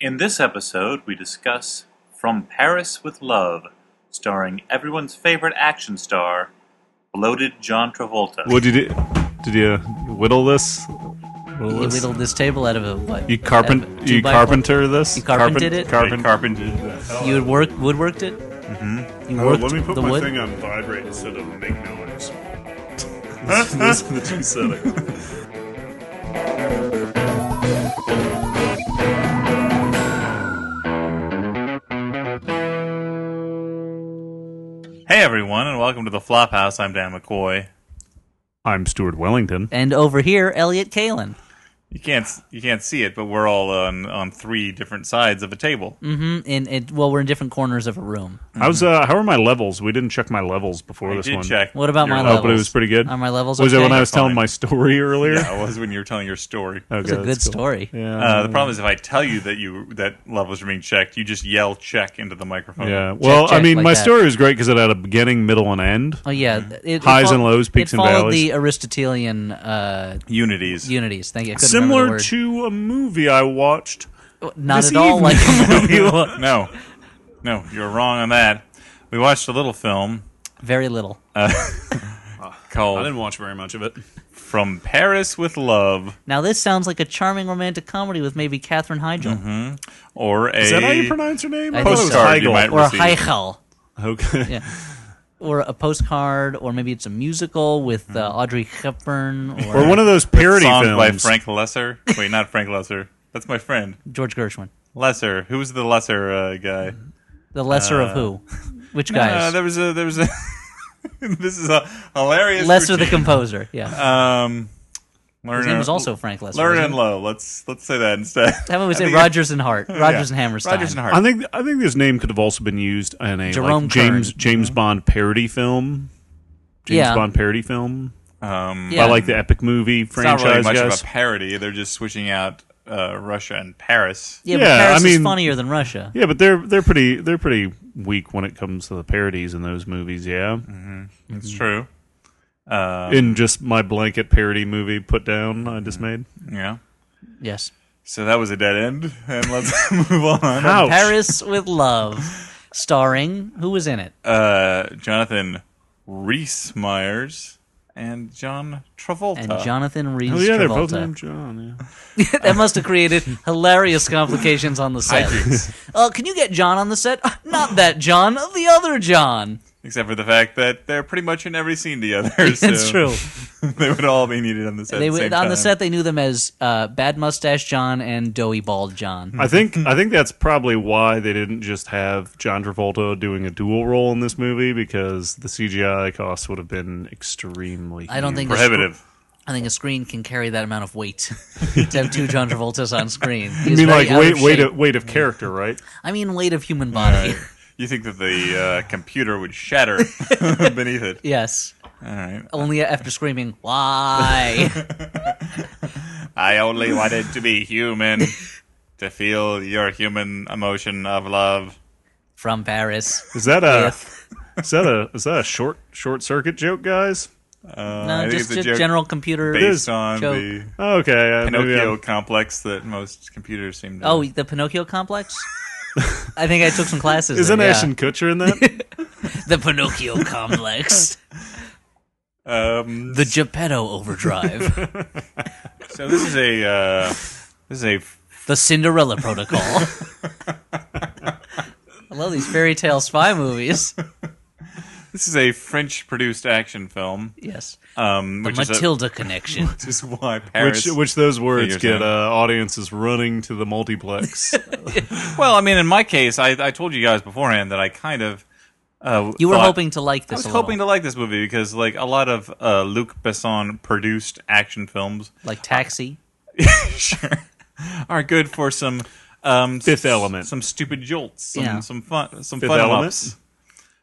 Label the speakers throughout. Speaker 1: In this episode, we discuss From Paris with Love, starring everyone's favorite action star, bloated John Travolta.
Speaker 2: What did you do? Did you whittle this?
Speaker 3: You
Speaker 2: Whittle this?
Speaker 3: whittled this table out of a what?
Speaker 2: You
Speaker 3: out
Speaker 2: carpent?
Speaker 3: of a
Speaker 2: You
Speaker 3: two-by-four?
Speaker 2: carpenter this?
Speaker 3: You carpented it?
Speaker 2: Carpent.
Speaker 4: carpented that.
Speaker 3: You had work woodworked it. Mm-hmm. You
Speaker 4: Oh,
Speaker 3: worked
Speaker 4: let me put
Speaker 3: the
Speaker 4: my
Speaker 3: wood.
Speaker 4: thing on vibrate instead of make noise.
Speaker 2: This is the two setting.
Speaker 4: Hey everyone, and welcome to the Flophouse. I'm Dan McCoy.
Speaker 2: I'm Stuart Wellington.
Speaker 3: And over here, Elliot Kalin.
Speaker 4: You can't you can't see it, but we're all on on three different sides of a table.
Speaker 3: Mm-hmm. And it, well, we're in different corners of a room.
Speaker 2: How's uh? How are my levels? We didn't check my levels before
Speaker 4: I
Speaker 2: this
Speaker 4: did
Speaker 2: one.
Speaker 4: check.
Speaker 3: What about
Speaker 4: your
Speaker 3: my
Speaker 2: Oh,
Speaker 3: level?
Speaker 2: but it was pretty good.
Speaker 3: Are my levels
Speaker 2: Was it
Speaker 3: okay?
Speaker 2: when I was telling
Speaker 4: Fine.
Speaker 2: my story earlier?
Speaker 4: Yeah, it was when you were telling your story.
Speaker 2: Okay,
Speaker 3: It's a good
Speaker 2: that's cool.
Speaker 3: story.
Speaker 2: Yeah.
Speaker 4: Uh, the problem is if I tell you that you that levels are being checked, you just yell check into the microphone.
Speaker 2: yeah. Well, I
Speaker 3: check
Speaker 2: mean,
Speaker 3: like
Speaker 2: my
Speaker 3: that.
Speaker 2: story was great because it had a beginning, middle, and end.
Speaker 3: Oh yeah, it- it,
Speaker 2: Mm-hmm. Highs
Speaker 3: fol-
Speaker 2: and lows, peaks
Speaker 3: it
Speaker 2: and
Speaker 3: followed
Speaker 2: valleys.
Speaker 3: the Aristotelian uh,
Speaker 4: Unities.
Speaker 3: unities. Thank you. I couldn't
Speaker 2: Similar
Speaker 3: remember the
Speaker 2: to a movie I watched.
Speaker 3: word. not
Speaker 2: this
Speaker 3: at all like a movie.
Speaker 4: no, no, you're wrong on that. We watched a little film
Speaker 3: Very little.
Speaker 4: called
Speaker 2: watch very much of it.
Speaker 4: From Paris with Love,
Speaker 3: Now this sounds like a charming romantic comedy with maybe Catherine Heigl
Speaker 2: Mm-hmm.
Speaker 4: or a
Speaker 2: Is that how you pronounce her name? Oh,
Speaker 3: I
Speaker 2: thought it
Speaker 3: think
Speaker 2: was
Speaker 3: so.
Speaker 4: Postcard, you
Speaker 2: Heigl.
Speaker 4: might-
Speaker 3: or
Speaker 4: Receive.
Speaker 3: Heichel.
Speaker 2: Okay.
Speaker 3: Yeah. Or a postcard, or maybe it's a musical with uh, Audrey Hepburn or,
Speaker 2: Mm-hmm. Or one of those parody
Speaker 4: song
Speaker 2: films.
Speaker 4: by Frank Lesser. Wait, not Frank Lesser. That's my friend
Speaker 3: George Gershwin.
Speaker 4: Lesser. Who's the Lesser uh, guy?
Speaker 3: The lesser of who? Which
Speaker 4: Uh,
Speaker 3: guys?
Speaker 4: there was a there was a. this is a hilarious.
Speaker 3: lesser the
Speaker 4: routine.
Speaker 3: composer. Yeah.
Speaker 4: um, Lerner,
Speaker 3: His name was also Frank Lesser.
Speaker 4: Lerner
Speaker 3: wasn't
Speaker 4: and
Speaker 3: it?
Speaker 4: Lowe. Let's let's say that instead.
Speaker 3: How about we
Speaker 4: I
Speaker 3: say
Speaker 4: think-
Speaker 3: Rogers and Hart? Rogers
Speaker 4: yeah.
Speaker 3: and Hammerstein.
Speaker 4: Rogers and Hart.
Speaker 2: I think I think this name could have also been used in a
Speaker 3: Jerome
Speaker 2: like, James
Speaker 3: Kern. Mm-hmm.
Speaker 2: James Bond parody film. James
Speaker 3: Yeah.
Speaker 2: Bond parody film.
Speaker 4: Um,
Speaker 3: Yeah.
Speaker 2: I like the epic movie
Speaker 4: it's not
Speaker 2: franchise
Speaker 4: really much
Speaker 2: guys.
Speaker 4: of a parody. They're just switching out uh, Russia and Paris.
Speaker 3: Yeah,
Speaker 2: Yeah,
Speaker 3: but Paris
Speaker 2: I mean-
Speaker 3: is funnier than Russia.
Speaker 2: yeah, but they're they're pretty they're pretty weak when it comes to the parodies in those movies. Yeah,
Speaker 4: Mm-hmm.
Speaker 3: Mm-hmm.
Speaker 4: It's true. Uh,
Speaker 2: in just my blanket parody movie put down I
Speaker 3: Mm-hmm.
Speaker 2: just made.
Speaker 4: yeah.
Speaker 3: Yes.
Speaker 4: So that was a dead end, and let's move on.
Speaker 2: Ouch.
Speaker 3: Paris with Love, starring who was in it?
Speaker 4: Uh, Jonathan Reese Myers and John Travolta.
Speaker 3: And Jonathan Rhys
Speaker 2: Oh yeah, they're both named
Speaker 3: Travolta.
Speaker 2: John. Yeah.
Speaker 3: that must have created hilarious complications on the set. Uh, can you get John on the set? Not that John, the other John.
Speaker 4: Except for the fact that they're pretty much in every scene together.
Speaker 3: That's
Speaker 4: so
Speaker 3: true.
Speaker 4: They would all be needed on the set.
Speaker 3: They
Speaker 4: at the
Speaker 3: would-
Speaker 4: same
Speaker 3: on the
Speaker 4: time.
Speaker 3: set they knew them as uh, Bad Mustache John and Doughy Bald John.
Speaker 2: I think
Speaker 4: Mm-hmm.
Speaker 2: I think that's probably why they didn't just have John Travolta doing a dual role in this movie because the CGI costs would have been extremely.
Speaker 3: I don't
Speaker 2: huge.
Speaker 3: think the
Speaker 4: Prohibitive.
Speaker 3: I think a screen can carry that amount of weight to have two John Travoltas on screen.
Speaker 2: I mean, like weight weight of, weight of character, right?
Speaker 3: I mean, weight of human body.
Speaker 4: You think that the uh, computer would shatter beneath it?
Speaker 3: yes,
Speaker 4: All right.
Speaker 3: only after screaming "Why?"
Speaker 4: I only wanted to be human, to feel your human emotion of love.
Speaker 3: from Paris.
Speaker 2: Is that a is that a is that a short short circuit joke, guys?
Speaker 4: Uh, I
Speaker 3: No,
Speaker 4: think
Speaker 3: just,
Speaker 4: it's a
Speaker 3: just
Speaker 4: joke
Speaker 3: general computer.
Speaker 4: based on
Speaker 3: joke. um,
Speaker 4: the
Speaker 2: Okay, uh, maybe
Speaker 4: Pinocchio
Speaker 2: I'm-
Speaker 4: complex that most computers seem to.
Speaker 3: Oh, the Pinocchio complex. I think I took some classes.
Speaker 2: isn't
Speaker 3: there, yeah.
Speaker 2: Ashton Kutcher in that?
Speaker 3: the Pinocchio complex?
Speaker 4: um,
Speaker 3: The Geppetto Overdrive.
Speaker 4: so this is a uh, this is a
Speaker 3: the Cinderella Protocol. I love these fairy tale spy movies.
Speaker 4: this is a French produced action film.
Speaker 3: Yes,
Speaker 4: Um,
Speaker 3: the
Speaker 4: which is a-
Speaker 3: Matilda connection.
Speaker 4: which is why Paris.
Speaker 2: which which those words
Speaker 4: Figures
Speaker 2: get uh,
Speaker 4: out.
Speaker 2: audiences running to the multiplex.
Speaker 4: well, I mean, in my case, I, I told you guys beforehand that I kind of. Uh,
Speaker 3: You were
Speaker 4: thought-
Speaker 3: hoping to like
Speaker 4: I
Speaker 3: this.
Speaker 4: was
Speaker 3: a little.
Speaker 4: hoping to like this movie because, like, a lot of uh, Luc Besson produced action films
Speaker 3: like Taxi.
Speaker 4: sure, are good for some um,
Speaker 2: Fifth
Speaker 4: s-
Speaker 2: Element.
Speaker 4: some stupid jolts, some,
Speaker 3: Yeah.
Speaker 4: some fun, some
Speaker 2: Fifth
Speaker 4: fun
Speaker 2: Element?
Speaker 4: ups.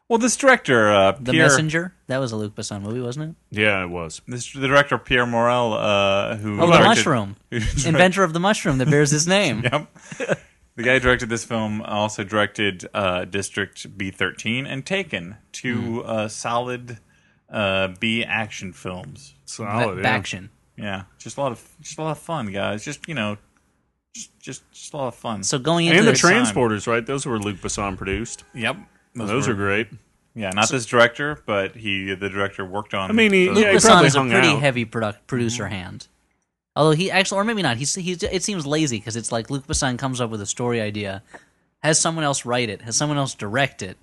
Speaker 4: Well, this director, uh,
Speaker 3: The
Speaker 4: Pierre,
Speaker 3: Messenger. That was a Luc Besson movie, wasn't it?
Speaker 2: yeah, it was.
Speaker 4: this, the director Pierre Morel, uh, who
Speaker 3: Oh, the
Speaker 4: directed-
Speaker 3: mushroom. Inventor of the mushroom that bears his name.
Speaker 4: Yep. The guy who directed this film also directed uh, District B13 and Taken, two uh, solid uh, B action films.
Speaker 2: Solid.
Speaker 3: Ba-
Speaker 2: Oh, yeah.
Speaker 3: Action.
Speaker 4: Yeah, just a lot of just a lot of fun, guys. Just you know, just, just, just a lot of fun.
Speaker 3: So going into
Speaker 2: and the
Speaker 3: this-
Speaker 4: train-
Speaker 2: transporters, right? Those were Luc Besson produced.
Speaker 4: yep,
Speaker 2: Those,
Speaker 4: were-
Speaker 2: are great.
Speaker 4: Yeah, not this director, but he the director worked on.
Speaker 2: I mean, he-
Speaker 4: those-
Speaker 2: yeah,
Speaker 3: Luc
Speaker 2: he
Speaker 3: Besson
Speaker 2: probably
Speaker 3: is a
Speaker 2: hung
Speaker 3: pretty
Speaker 2: out. Mm-hmm.
Speaker 3: heavy product, producer hand. Although he actually, or maybe not, he's, he's it seems lazy because it's like Luc Besson comes up with a story idea, has someone else write it, has someone else direct it,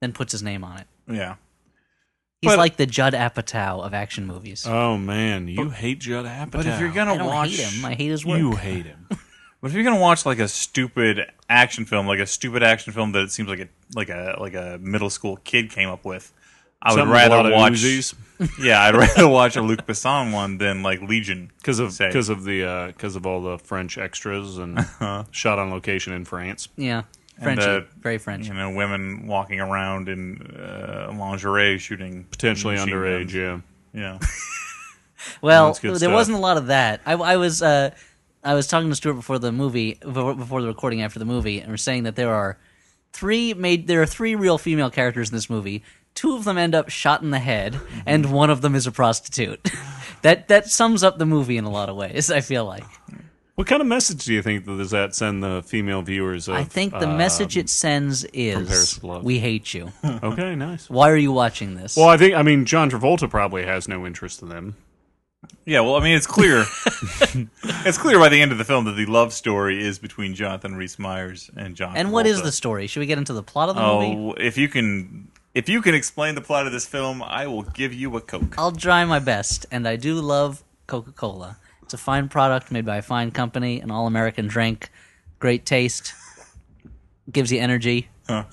Speaker 3: then puts his name on it.
Speaker 4: yeah.
Speaker 3: He's
Speaker 4: But-
Speaker 3: like the Judd Apatow of action movies.
Speaker 2: Oh man, you hate Judd Apatow.
Speaker 4: But if you're
Speaker 3: I
Speaker 4: gonna
Speaker 3: don't
Speaker 4: watch
Speaker 3: hate him. I hate his work.
Speaker 2: you hate him.
Speaker 4: But if you're gonna watch like a stupid action film, like a stupid action film that it seems like a like a like a middle school kid came up with, I would
Speaker 2: Something with a lot
Speaker 4: rather
Speaker 2: of
Speaker 4: watch.
Speaker 2: Uzis.
Speaker 4: Yeah, I'd rather watch a Luc Besson one than like Legion
Speaker 2: because of
Speaker 4: Say.
Speaker 2: because of the because of all the French extras and shot on location in France.
Speaker 3: Yeah, French,
Speaker 4: uh,
Speaker 3: very French.
Speaker 4: You know, women walking around in uh, lingerie shooting
Speaker 2: Potentially
Speaker 4: machine
Speaker 2: underage,
Speaker 4: guns.
Speaker 2: yeah.
Speaker 4: Yeah,
Speaker 3: Well,
Speaker 2: that's good
Speaker 3: there
Speaker 2: stuff.
Speaker 3: wasn't a lot of that. I, I was uh, I was talking to Stuart before the movie, before before the recording after the movie, and we're saying that there are three made there are three real female characters in this movie. Two of them end up shot in the head,
Speaker 2: Mm-hmm.
Speaker 3: and one of them is a prostitute. that that sums up the movie in a lot of ways. I feel like
Speaker 2: What kind of message do you think that does that send the female viewers? Of,
Speaker 3: I think the
Speaker 2: uh,
Speaker 3: message it sends
Speaker 2: Paris
Speaker 3: is
Speaker 2: to Love.
Speaker 3: we hate you.
Speaker 2: okay, nice.
Speaker 3: Why are you watching this?
Speaker 2: Well, I think I mean John Travolta probably has no interest in them.
Speaker 4: yeah. Well, I mean, it's clear. it's clear by the end of the film that the love story is between Jonathan Rhys Meyers and John.
Speaker 3: and what is
Speaker 4: Travolta.
Speaker 3: the story? Should we get into the plot of the movie?
Speaker 4: Oh, if you can, if you can explain the plot of this film, I will give you a coke.
Speaker 3: I'll try my best, and I do love Coca Cola. It's a fine product made by a fine company, an all American drink, great taste, gives you energy,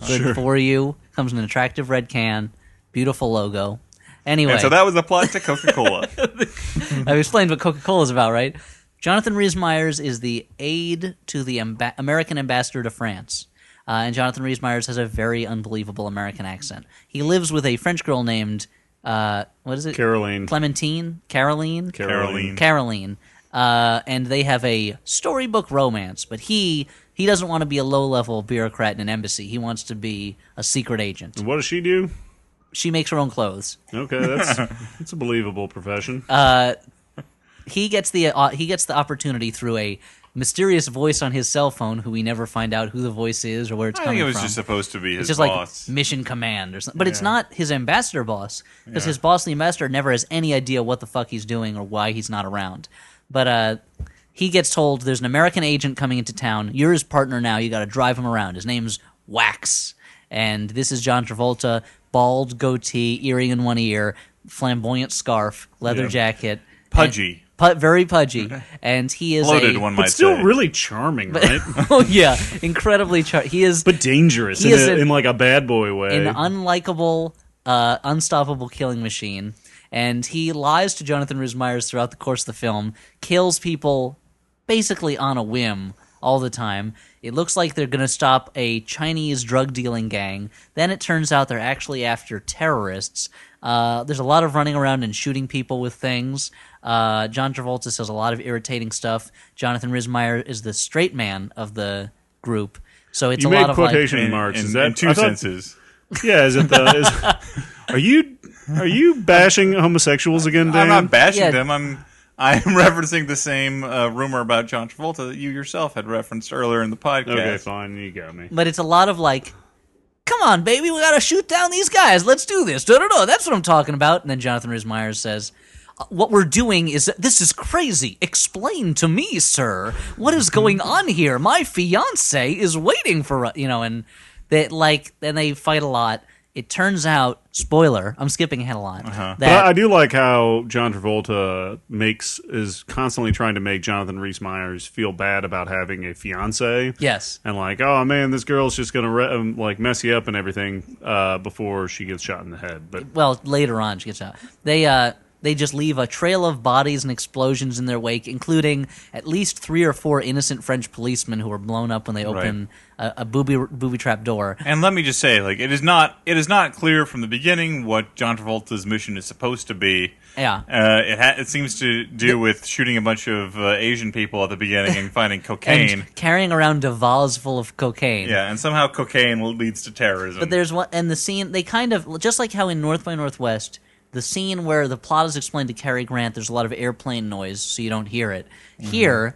Speaker 3: good for you, comes in an attractive red can, beautiful logo. Anyway,
Speaker 4: And so that was the plot to Coca Cola.
Speaker 3: I've explained what Coca Cola is about, right? Jonathan Rhys Meyers is the aide to the amba- American ambassador to France. Uh, and Jonathan Rhys Meyers has a very unbelievable American accent. He lives with a French girl named, uh, what is it?
Speaker 2: Caroline,
Speaker 3: Clementine, Caroline,
Speaker 2: Caroline,
Speaker 3: Caroline, uh, and they have a storybook romance. But he he doesn't want to be a low level bureaucrat in an embassy. He wants to be a secret agent.
Speaker 2: what does she do?
Speaker 3: She makes her own clothes.
Speaker 2: Okay, that's that's a believable profession.
Speaker 3: He gets the uh, he gets the opportunity through a mysterious voice on his cell phone, who we never find out who the voice is or where it's
Speaker 4: I
Speaker 3: coming
Speaker 4: think it was
Speaker 3: from.
Speaker 4: just supposed to be his
Speaker 3: it's just
Speaker 4: boss.
Speaker 3: like mission command or something. But it's not his ambassador boss because his boss, the ambassador, never has any idea what the fuck he's doing or why he's not around. But uh, he gets told there's an American agent coming into town. You're his partner now. You got to drive him around. His name's Wax, and this is John Travolta, bald goatee, earring in one ear, flamboyant scarf, leather
Speaker 4: Yeah.
Speaker 3: jacket,
Speaker 4: Pudgy.
Speaker 3: and- pu- very pudgy, and he is
Speaker 4: Bloated
Speaker 3: a-
Speaker 4: one might
Speaker 2: but still
Speaker 4: say.
Speaker 2: really charming, right?
Speaker 3: oh yeah, incredibly charming. He is
Speaker 2: but dangerous
Speaker 3: He
Speaker 2: in,
Speaker 3: is
Speaker 2: a,
Speaker 3: a-
Speaker 2: in like a bad boy way.
Speaker 3: an unlikable, uh, unstoppable killing machine. And he lies to Jonathan Rhys Meyers throughout the course of the film, kills people basically on a whim all the time. It looks like they're going to stop a Chinese drug dealing gang. Then it turns out they're actually after terrorists. Uh, there's a lot of running around and shooting people with things. Uh, John Travolta says a lot of irritating stuff. Jonathan Rhys Meyers is the straight man of the group. So it's
Speaker 2: you
Speaker 3: a
Speaker 2: made
Speaker 3: lot of like,
Speaker 2: quotation
Speaker 4: in,
Speaker 2: marks.
Speaker 4: in-
Speaker 2: is that
Speaker 4: in two
Speaker 2: I thought-
Speaker 4: senses.
Speaker 2: Yeah, is it the? Is, are you are you bashing homosexuals again, Dan?
Speaker 4: I'm not bashing
Speaker 3: Yeah.
Speaker 4: them. I'm I'm referencing the same uh, rumor about John Travolta that you yourself had referenced earlier in the
Speaker 2: okay,
Speaker 4: podcast.
Speaker 2: fine, you got me.
Speaker 3: but it's a lot of like, come on, baby, we gotta shoot down these guys. Let's do this. No, no, no. That's what I'm talking about. And then Jonathan Rhys Meyers says, "Uh, "What we're doing is this is crazy. Explain to me, sir, what is going on here? My fiance is waiting for us, you know." And that like, then they fight a lot. It turns out, spoiler, I'm skipping ahead a lot.
Speaker 2: But
Speaker 3: That
Speaker 2: I do like how John Travolta makes is constantly trying to make Jonathan Rhys Meyers feel bad about having a fiance.
Speaker 3: yes,
Speaker 2: And like, oh man, this girl's just gonna re- um, like mess you up and everything uh, before she gets shot in the head. But
Speaker 3: well later on she gets out they uh they just leave a trail of bodies and explosions in their wake including at least three or four innocent french policemen who were blown up when they open a, a booby booby trap door
Speaker 4: And let me just say, like, it is not it is not clear from the beginning what John Travolta's mission is supposed to be.
Speaker 3: Yeah.
Speaker 4: uh, it ha- it seems to do with shooting a bunch of uh, Asian people at the beginning and finding
Speaker 3: and
Speaker 4: cocaine.
Speaker 3: carrying around devals full of cocaine
Speaker 4: yeah, and somehow cocaine leads to terrorism.
Speaker 3: But there's one, and the scene they kind of just like how in North by Northwest, the scene where the plot is explained to Cary Grant, there's a lot of airplane noise, so you don't hear it. Here,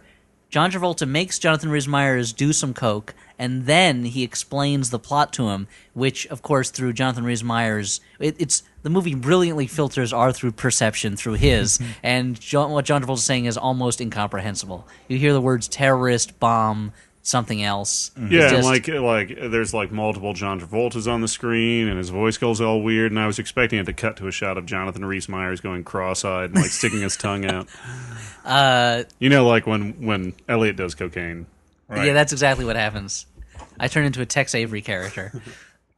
Speaker 3: John Travolta makes Jonathan Rhys Meyers do some coke, and then he explains the plot to him, which, of course, through Jonathan Rhys Meyers, it, it's the movie brilliantly filters our through perception through his, and John, what John Travolta's saying is almost incomprehensible. You hear the words terrorist, bomb, something else.
Speaker 2: Yeah,
Speaker 3: It's
Speaker 2: and
Speaker 3: just-
Speaker 2: like like there's like multiple John Travoltas on the screen, and his voice goes all weird. And I was expecting it to cut to a shot of Jonathan Rhys Meyers going cross-eyed and like sticking his tongue out. Uh, you know, like when when Elliot does cocaine.
Speaker 4: Right.
Speaker 3: yeah, that's exactly what happens. I turn into a Tex Avery character.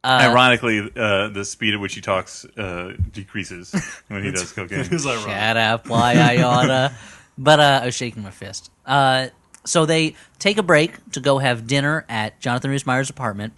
Speaker 4: Ironically, uh, the speed at which he talks uh, decreases when he does cocaine.
Speaker 2: It's like, right.
Speaker 3: Shut up, why I oughta. but uh, I was shaking my fist. Uh, so they take a break to go have dinner at Jonathan Rhys Meyers' apartment.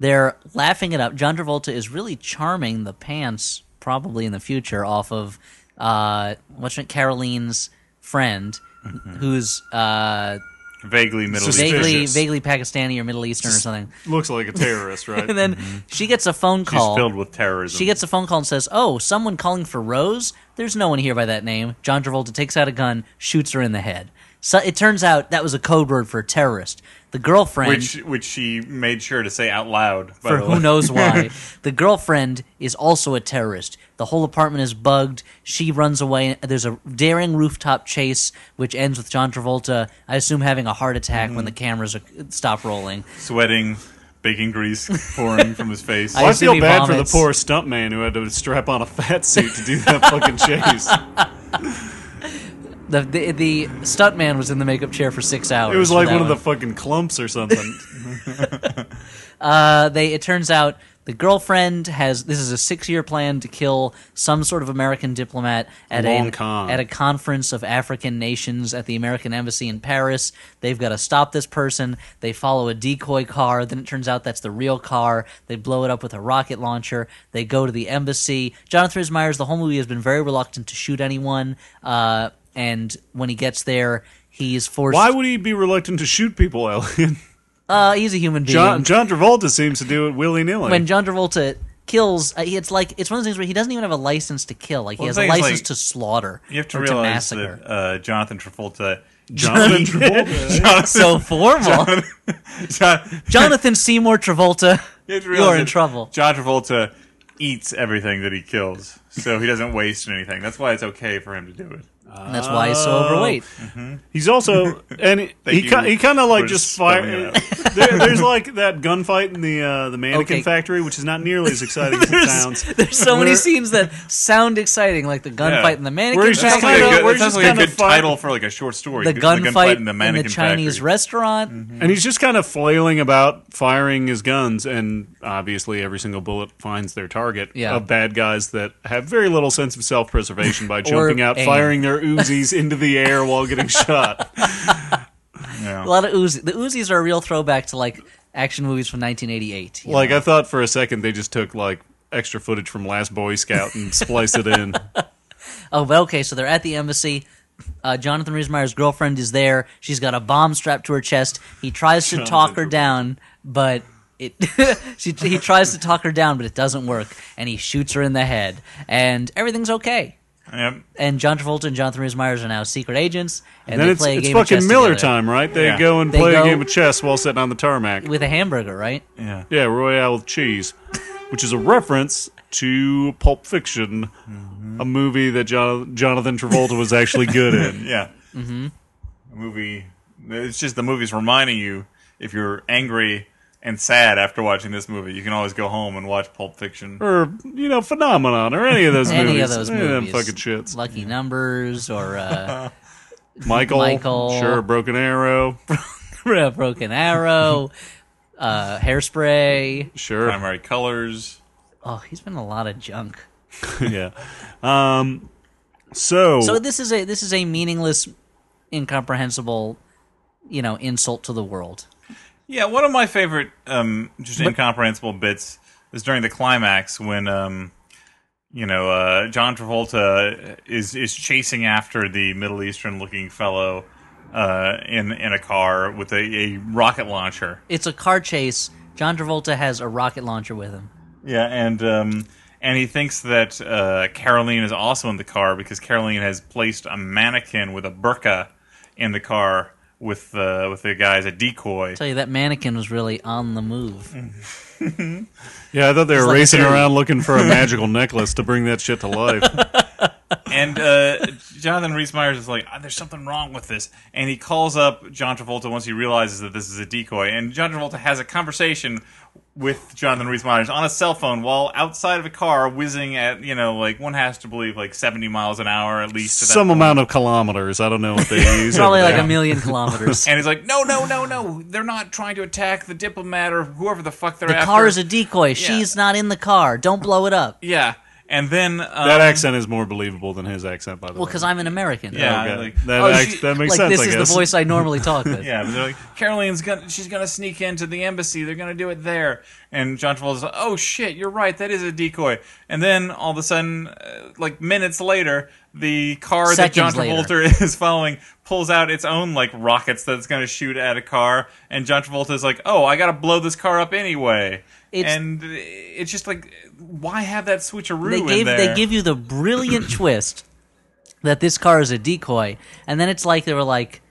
Speaker 3: They're laughing it up. John Travolta is really charming the pants, probably in the future, off of uh, what's it, Caroline's friend,
Speaker 4: Mm-hmm.
Speaker 3: who's uh,
Speaker 4: Vaguely Middle
Speaker 2: Suspicious.
Speaker 4: Eastern.
Speaker 3: vaguely vaguely Pakistani or Middle Eastern or something.
Speaker 2: looks like a terrorist, right?
Speaker 3: And then she gets a phone
Speaker 4: Mm-hmm. She's
Speaker 3: call.
Speaker 4: filled with terrorism.
Speaker 3: She gets a phone call and says, "Oh, someone calling for Rose. There's no one here by that name." John Travolta takes out a gun, shoots her in the head. So it turns out that was a code word for terrorist. The girlfriend,
Speaker 4: which which she made sure to say out loud. By
Speaker 3: for
Speaker 4: the
Speaker 3: who
Speaker 4: way.
Speaker 3: knows why, the girlfriend is also a terrorist. The whole apartment is bugged. She runs away. There's a daring rooftop chase, which ends with John Travolta, I assume, having a heart attack when the
Speaker 2: Mm-hmm.
Speaker 3: cameras are, stop rolling.
Speaker 4: sweating, baking grease pouring from his face.
Speaker 2: Well, I
Speaker 3: I assume
Speaker 2: feel
Speaker 3: he
Speaker 2: bad for the
Speaker 3: vomits.
Speaker 2: poor stuntman who had to strap on a fat suit to do that fucking chase.
Speaker 3: The the, the stuntman was in the makeup chair for six hours.
Speaker 2: It was
Speaker 3: for
Speaker 2: like
Speaker 3: that
Speaker 2: one of the fucking clumps or something.
Speaker 3: Uh, they it turns out the girlfriend has this is a six year plan to kill some sort of American diplomat at
Speaker 2: Long
Speaker 3: a
Speaker 2: con.
Speaker 3: at a conference of African nations at the American embassy in Paris. They've got to stop this person. They follow a decoy car. Then it turns out that's the real car. They blow it up with a rocket launcher. They go to the embassy. Jonathan Rhys Meyers, the whole movie has been very reluctant to shoot anyone. Uh, and when he gets there, he's forced.
Speaker 2: Why would he be reluctant to shoot people, Elliot?
Speaker 3: uh, he's a human being.
Speaker 2: John, John Travolta seems to do it willy nilly.
Speaker 3: when John Travolta kills, uh, it's like it's one of those things where he doesn't even have a license to kill. Like he
Speaker 4: Well,
Speaker 3: has
Speaker 4: the
Speaker 3: a
Speaker 4: thing is,
Speaker 3: license
Speaker 4: like,
Speaker 3: to slaughter
Speaker 4: you have to
Speaker 3: or
Speaker 4: realize
Speaker 3: to
Speaker 4: that
Speaker 3: massacre.
Speaker 4: uh, Jonathan Travolta.
Speaker 2: Jonathan Travolta.
Speaker 3: so formal,
Speaker 4: John,
Speaker 3: Jonathan Seymour Travolta.
Speaker 4: you have to realize
Speaker 3: You're in
Speaker 4: that
Speaker 3: trouble.
Speaker 4: John Travolta eats everything that he kills, so he doesn't waste anything. That's why it's okay for him to do it.
Speaker 3: And that's why he's so
Speaker 4: Oh,
Speaker 3: overweight.
Speaker 2: He's also and he he,
Speaker 4: you
Speaker 2: ki- he kind of like
Speaker 4: for
Speaker 2: just
Speaker 4: spelling
Speaker 2: fire.
Speaker 4: it
Speaker 2: There, there's like that gunfight in the uh, the mannequin
Speaker 3: Okay.
Speaker 2: factory, which is not nearly as exciting as it
Speaker 3: There's,
Speaker 2: sounds.
Speaker 3: there's so many
Speaker 2: Where-
Speaker 3: scenes that sound exciting, like the gunfight
Speaker 4: Yeah.
Speaker 3: in the mannequin.
Speaker 2: Where's
Speaker 4: That
Speaker 2: Just
Speaker 4: sounds
Speaker 3: factory,
Speaker 4: like a
Speaker 2: kinda-
Speaker 4: good,
Speaker 2: we're
Speaker 4: that sounds
Speaker 2: just
Speaker 4: like a
Speaker 2: kinda
Speaker 4: good
Speaker 2: fight-
Speaker 4: title for like a short story.
Speaker 3: the gunfight in the,
Speaker 4: mannequin
Speaker 3: Chinese
Speaker 4: factory. Mm-hmm.
Speaker 3: restaurant.
Speaker 2: And he's just kind of flailing about, firing his guns, and obviously every single bullet finds their target
Speaker 3: Yeah.
Speaker 2: of bad guys that have very little sense of self preservation by jumping out,
Speaker 3: aim.
Speaker 2: firing their Uzis into the air while getting shot.
Speaker 4: Yeah.
Speaker 3: A lot of Uzi. The Uzis are a real throwback to like action movies from 1988. you
Speaker 2: Like I thought for a second, they just took like extra footage from Last Boy Scout and spliced it in.
Speaker 3: Oh, but okay, so they're at the embassy. Uh, Jonathan Riesmeyer's girlfriend is there. She's got a bomb strapped to her chest. He tries to talk her down, but it she, he tries to talk her down, but it doesn't work, and he shoots her in the head, and everything's okay.
Speaker 4: Yep.
Speaker 3: And John Travolta and Jonathan Rhys Meyers are now secret agents, and,
Speaker 2: then
Speaker 3: they
Speaker 2: it's,
Speaker 3: play a
Speaker 2: it's
Speaker 3: game of
Speaker 2: fucking
Speaker 3: chess
Speaker 2: Miller
Speaker 3: together
Speaker 2: time, right? They
Speaker 4: Yeah.
Speaker 2: go and
Speaker 3: They
Speaker 2: play
Speaker 3: go-
Speaker 2: a game of chess while sitting on the tarmac.
Speaker 3: with a hamburger, right?
Speaker 4: Yeah.
Speaker 2: yeah, Royale with cheese, which is a reference to Pulp Fiction, a movie that Jon Jonathan Travolta was actually good in.
Speaker 4: Yeah. Mm-hmm. A movie. It's just the movie's reminding you if you're angry and sad after watching this movie, you can always go home and watch Pulp Fiction.
Speaker 2: Or you know, phenomenon, or any of those
Speaker 3: Any
Speaker 2: movies,
Speaker 3: of those
Speaker 2: any
Speaker 3: movies,
Speaker 2: of them fucking shits.
Speaker 3: Lucky Numbers or uh,
Speaker 2: Michael,
Speaker 3: Michael.
Speaker 2: sure, Broken Arrow,
Speaker 3: Broken Arrow, uh, Hairspray.
Speaker 2: sure,
Speaker 4: Primary colors.
Speaker 3: Oh, he's been in a lot of junk.
Speaker 2: yeah. Um, so,
Speaker 3: So this is a this is a meaningless, incomprehensible, you know, insult to the world.
Speaker 4: Yeah, one of my favorite, um, just incomprehensible bits is during the climax when, um, you know, uh, John Travolta is is chasing after the Middle Eastern looking fellow uh, in in a car with a, a rocket launcher.
Speaker 3: It's a car chase. John Travolta has a rocket launcher with him.
Speaker 4: Yeah, and um, and he thinks that uh, Caroline is also in the car because Caroline has placed a mannequin with a burqa in the car with the with the guy as a decoy.
Speaker 3: tell you that mannequin was really on the move.
Speaker 2: Yeah, I thought they were
Speaker 3: like a
Speaker 2: racing
Speaker 3: fairy.
Speaker 2: around looking for a magical necklace to bring that shit to life.
Speaker 4: And uh, Jonathan Rhys Meyers is like, "Ah, "There's something wrong with this," and he calls up John Travolta once he realizes that this is a decoy. And John Travolta has a conversation with Jonathan Rhys Meyers on a cell phone while outside of a car whizzing at you know like one has to believe like 70 miles an hour at least. at that
Speaker 2: Some
Speaker 4: point.
Speaker 2: amount of kilometers. I don't know what they use.
Speaker 3: Probably
Speaker 2: over
Speaker 3: like
Speaker 2: there.
Speaker 3: a million kilometers.
Speaker 4: And he's like, "No, no, no, no! They're not trying to attack the diplomat or whoever the fuck they're
Speaker 3: The
Speaker 4: after."
Speaker 3: car is a decoy. She's not in the car. Don't blow it up.
Speaker 4: yeah, and then um,
Speaker 2: That accent is more believable than his accent, by the
Speaker 3: Well,
Speaker 2: way.
Speaker 3: because I'm an American.
Speaker 4: Yeah.
Speaker 2: Okay.
Speaker 4: like,
Speaker 2: that,
Speaker 4: oh,
Speaker 2: ac-
Speaker 4: she-
Speaker 2: that makes
Speaker 3: Like
Speaker 2: sense.
Speaker 3: this
Speaker 2: I
Speaker 3: is
Speaker 2: guess.
Speaker 3: the voice I normally talk with.
Speaker 4: Yeah, but they're like, Caroline's gonna she's gonna sneak into the embassy. They're gonna do it there. And John Travolta's like, oh shit, you're right. That is a decoy. And then all of a sudden, uh, like minutes later, the car that
Speaker 3: Seconds
Speaker 4: John
Speaker 3: later.
Speaker 4: Travolta is following pulls out its own like rockets that's gonna shoot at a car. And John Travolta's like, oh, I gotta blow this car up anyway.
Speaker 3: It's-
Speaker 4: and it's just like, why have that switcheroo
Speaker 3: They
Speaker 4: in
Speaker 3: gave
Speaker 4: there?
Speaker 3: they give you the brilliant twist that this car is a decoy, and then it's like they were like,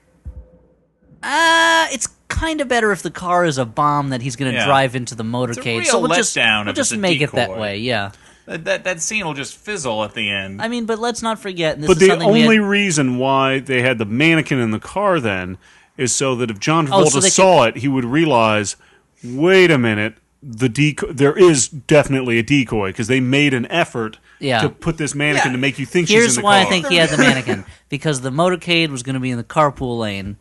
Speaker 3: ah, it's kind of better if the car is a bomb that he's going to
Speaker 4: Yeah.
Speaker 3: drive into the motorcade.
Speaker 4: real
Speaker 3: so we'll just
Speaker 4: letdown
Speaker 3: we'll
Speaker 4: if
Speaker 3: just
Speaker 4: it's a
Speaker 3: make it that
Speaker 4: decoy.
Speaker 3: way. Yeah,
Speaker 4: that, that that scene will just fizzle at the end.
Speaker 3: I mean, but let's not forget. and this
Speaker 2: But
Speaker 3: is
Speaker 2: the
Speaker 3: something we had-
Speaker 2: only reason why they had the mannequin in the car then is so that if John
Speaker 3: Oh,
Speaker 2: Travolta
Speaker 3: so they
Speaker 2: saw it, he would realize, wait a minute, the decoy. There is definitely a decoy because they made an effort
Speaker 3: Yeah.
Speaker 2: to put this mannequin
Speaker 4: Yeah.
Speaker 2: to make you think she's
Speaker 3: Here's
Speaker 2: in the
Speaker 3: why
Speaker 2: car.
Speaker 3: I think he had the mannequin because the motorcade was going to be in the carpool lane.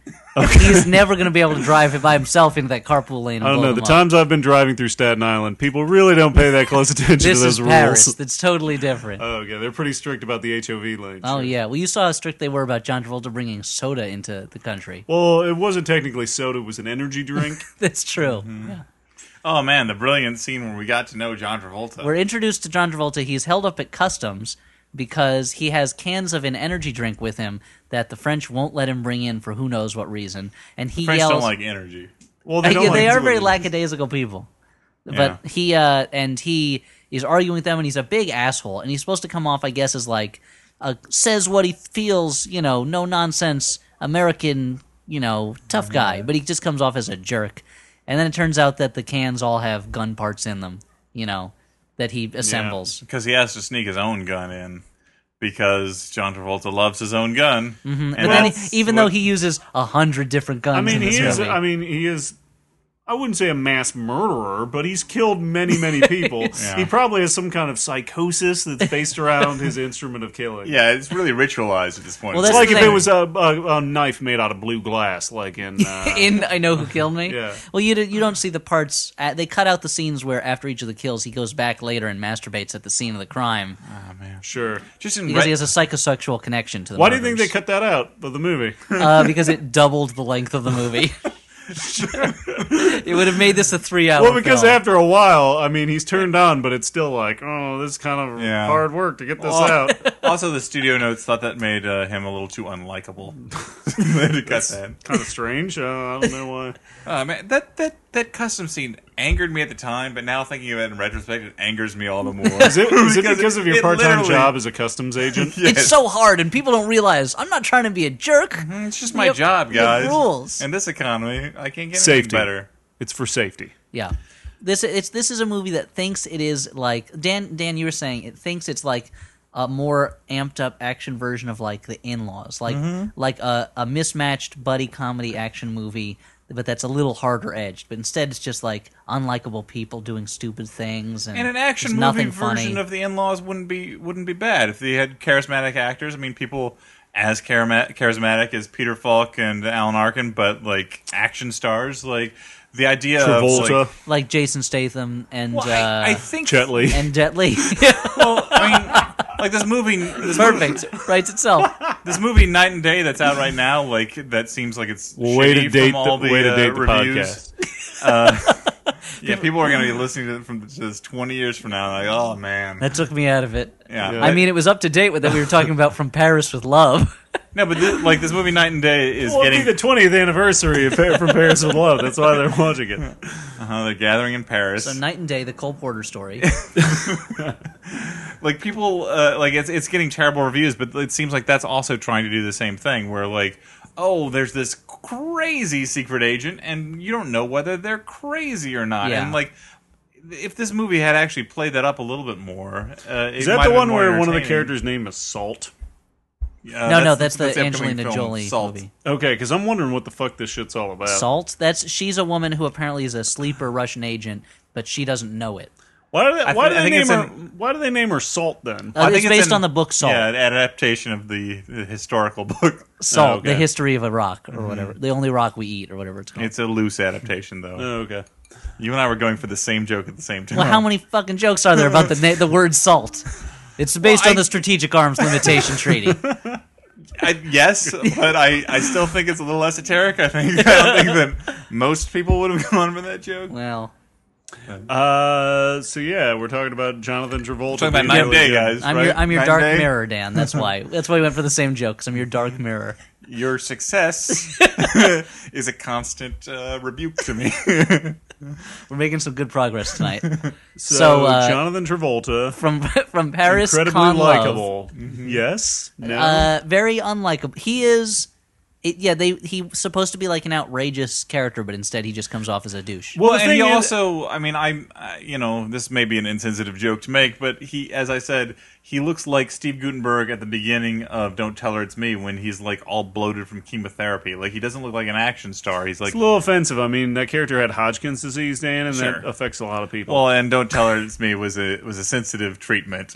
Speaker 3: He's never going to be able to drive it by himself into that carpool lane. And
Speaker 2: I don't
Speaker 3: blow
Speaker 2: know. The
Speaker 3: them up.
Speaker 2: times I've been driving through Staten Island, people really don't pay that close attention to
Speaker 3: this
Speaker 2: those
Speaker 3: is
Speaker 2: rules.
Speaker 3: Paris. That's totally different.
Speaker 2: Oh, yeah, they're pretty strict about the HOV lane.
Speaker 3: Oh
Speaker 2: sure.
Speaker 3: yeah. Well, you saw how strict they were about John Travolta bringing soda into the country.
Speaker 2: Well, it wasn't technically soda; it was an energy drink.
Speaker 3: That's true.
Speaker 4: oh man, the brilliant scene where we got to know John Travolta.
Speaker 3: We're introduced to John Travolta. He's held up at customs because he has cans of an energy drink with him that the French won't let him bring in for who knows what reason. And he
Speaker 4: French
Speaker 3: yells,
Speaker 4: don't like energy.
Speaker 2: Well, they,
Speaker 3: Yeah,
Speaker 2: don't
Speaker 3: they,
Speaker 2: like
Speaker 3: are
Speaker 2: soda.
Speaker 3: very lackadaisical people. But he uh, and he is arguing with them, and he's a big asshole. And he's supposed to come off, I guess, as like uh, says what he feels, you know, no nonsense American, you know, tough
Speaker 2: Mm-hmm.
Speaker 3: guy. But he just comes off as a jerk. And then it turns out that the cans all have gun parts in them, you know, that he assembles.
Speaker 4: because he has to sneak his own gun in because John Travolta loves his own gun. Mm-hmm.
Speaker 3: But then, he- even though he uses a hundred different guns,
Speaker 2: I mean,
Speaker 3: in this
Speaker 2: he is.
Speaker 3: movie.
Speaker 2: I mean, he is. I wouldn't say a mass murderer, but he's killed many, many people. He probably has some kind of psychosis that's based around his instrument of killing.
Speaker 4: yeah, it's really ritualized at this point.
Speaker 3: Well,
Speaker 2: it's
Speaker 3: that's
Speaker 2: like
Speaker 3: the
Speaker 2: if
Speaker 3: thing.
Speaker 2: it was a, a, a knife made out of blue glass, like in. Uh,
Speaker 3: in I Know Who Killed Me.
Speaker 2: Yeah.
Speaker 3: Well, you don't- you don't see the parts. At, they cut out the scenes where after each of the kills, he goes back later and masturbates at the scene of the crime
Speaker 2: sure.
Speaker 4: just in
Speaker 3: because
Speaker 4: re-
Speaker 3: he has a psychosexual connection to the.
Speaker 2: Why do you think they
Speaker 3: murders.
Speaker 2: cut that out of the movie?
Speaker 3: Uh, because it doubled the length of the movie. it would have made this a three-hour.
Speaker 2: Well, because
Speaker 3: film.
Speaker 2: after a while, I mean, he's turned on, but it's still like, oh, this is kind of
Speaker 4: Yeah.
Speaker 2: hard work to get this
Speaker 4: Well,
Speaker 2: out.
Speaker 4: also the studio notes thought that made uh, him a little too unlikable. they had to cut that.
Speaker 2: kind of Um, strange. Uh, I don't know why.
Speaker 4: Uh, man, that that that custom scene angered me at the time, but now thinking of it in retrospect, it angers me all the more.
Speaker 2: Is it, is it
Speaker 4: Because
Speaker 2: because of
Speaker 4: it
Speaker 2: your part time
Speaker 4: literally-
Speaker 2: job as a customs agent?
Speaker 4: Yes.
Speaker 3: it's so hard, and people don't realize. I'm not trying to be a jerk.
Speaker 2: Mm-hmm,
Speaker 4: It's just my
Speaker 3: Yep.
Speaker 4: job,
Speaker 3: You have
Speaker 4: guys.
Speaker 3: rules.
Speaker 4: In this economy, I can't get anything
Speaker 2: Safety.
Speaker 4: better.
Speaker 2: It's for safety.
Speaker 3: Yeah. This it's this is a movie that thinks it is like Dan Dan you were saying it thinks it's like a more amped up action version of like the in-laws like
Speaker 4: Mm-hmm.
Speaker 3: like a, a mismatched buddy comedy action movie but that's a little harder edged but instead it's just like unlikable people doing stupid things and,
Speaker 4: And an
Speaker 3: there's
Speaker 4: action movie
Speaker 3: nothing
Speaker 4: version
Speaker 3: funny.
Speaker 4: of the in-laws wouldn't be wouldn't be bad if they had charismatic actors. I mean, people as charima- charismatic as Peter Falk and Alan Arkin, but like action stars, like the idea of
Speaker 2: Travolta,
Speaker 4: Uh, like,
Speaker 3: like Jason Statham and
Speaker 4: well,
Speaker 3: uh,
Speaker 4: I, I think
Speaker 2: Chetley.
Speaker 3: and Jet Li
Speaker 4: Well, I mean, like this movie, this movie,
Speaker 3: perfect writes itself
Speaker 4: this movie Night and Day that's out right now. Like that seems like it's
Speaker 2: Way to
Speaker 4: shitty
Speaker 2: date
Speaker 4: from all
Speaker 2: the-
Speaker 4: the,
Speaker 2: way to
Speaker 4: uh,
Speaker 2: date the
Speaker 4: reviews.
Speaker 2: podcast.
Speaker 4: Uh, yeah, people are going to be listening to it from to this twenty years from now. Like, oh man,
Speaker 3: that took me out of it
Speaker 4: yeah.
Speaker 2: Yeah.
Speaker 3: I mean it was up to date with that we were talking about from Paris with Love
Speaker 4: no, but this, like this movie Night and Day is
Speaker 2: Well, it'd
Speaker 4: getting
Speaker 2: be the 20th anniversary of Par- from Paris with Love. That's why they're watching it.
Speaker 4: Uh, they're gathering in Paris.
Speaker 3: So night and day, the Cole Porter story.
Speaker 4: like people, uh, like it's it's getting terrible reviews, but it seems like that's also trying to do the same thing, where like, oh, there's this crazy secret agent, and you don't know whether they're crazy or not.
Speaker 3: Yeah.
Speaker 4: And like, if this movie had actually played that up a little bit more, uh,
Speaker 2: Is that the one where one of the characters named is Salt?
Speaker 4: Uh,
Speaker 3: No, no, that's the Angelina Jolie movie.
Speaker 2: Okay, because I'm wondering what the fuck this shit's all about.
Speaker 3: Salt. That's she's a woman who apparently is a sleeper Russian agent, but she doesn't know it.
Speaker 2: Why do they,
Speaker 4: I
Speaker 2: why do
Speaker 4: thi-
Speaker 2: they
Speaker 4: I think
Speaker 2: name
Speaker 4: it's
Speaker 2: her?
Speaker 4: in-
Speaker 2: Why do they name her Salt then?
Speaker 3: Uh, it's based on the book Salt.
Speaker 4: Yeah, an adaptation of the, the historical book.
Speaker 3: Salt:
Speaker 2: Oh, okay.
Speaker 3: The History of a Rock, or whatever. The only rock we eat, or whatever it's called.
Speaker 4: It's a loose adaptation, though.
Speaker 2: Oh, okay.
Speaker 4: You and I were going for the same joke at the same time.
Speaker 3: well, how many fucking jokes are there about the na- the word salt? It's based
Speaker 4: Well,
Speaker 3: on
Speaker 4: I-
Speaker 3: the Strategic Arms Limitation Treaty.
Speaker 4: I, yes, but I, I still think it's a little esoteric. I think I don't think that most people would have gone for that joke.
Speaker 3: Well,
Speaker 2: Uh, so yeah, we're talking about Jonathan Travolta.
Speaker 4: Talking about
Speaker 2: being
Speaker 4: Nine
Speaker 2: really
Speaker 4: Day
Speaker 2: good.
Speaker 4: Guys.
Speaker 3: I'm
Speaker 4: right?
Speaker 3: your I'm your
Speaker 4: Nine
Speaker 3: dark
Speaker 4: Day?
Speaker 3: mirror, Dan. That's why that's why we went for the same joke. Cause I'm your dark mirror.
Speaker 4: Your success is a constant uh, rebuke to me.
Speaker 3: We're making some good progress tonight.
Speaker 2: So,
Speaker 3: So, uh,
Speaker 2: Jonathan Travolta,
Speaker 3: From from Paris,
Speaker 2: incredibly
Speaker 3: Con Love.
Speaker 2: likable.
Speaker 4: Mm-hmm.
Speaker 2: Yes. No.
Speaker 3: Uh, very unlikable. He is. It, yeah, they he's supposed to be like an outrageous character, but instead he just comes off as a douche.
Speaker 2: well, the
Speaker 4: and
Speaker 2: thing
Speaker 4: he
Speaker 2: is-
Speaker 4: also, I mean, I'm, uh, you know, this may be an insensitive joke to make, but he, as I said, he looks like Steve Gutenberg at the beginning of "Don't Tell Her It's Me" when he's like all bloated from chemotherapy. Like he doesn't look like an action star. He's like,
Speaker 2: It's a little offensive. I mean, that character had Hodgkin's disease, Dan, and
Speaker 4: Sure.
Speaker 2: that affects a lot of people.
Speaker 4: well, and "Don't Tell Her It's Me" was a was a sensitive treatment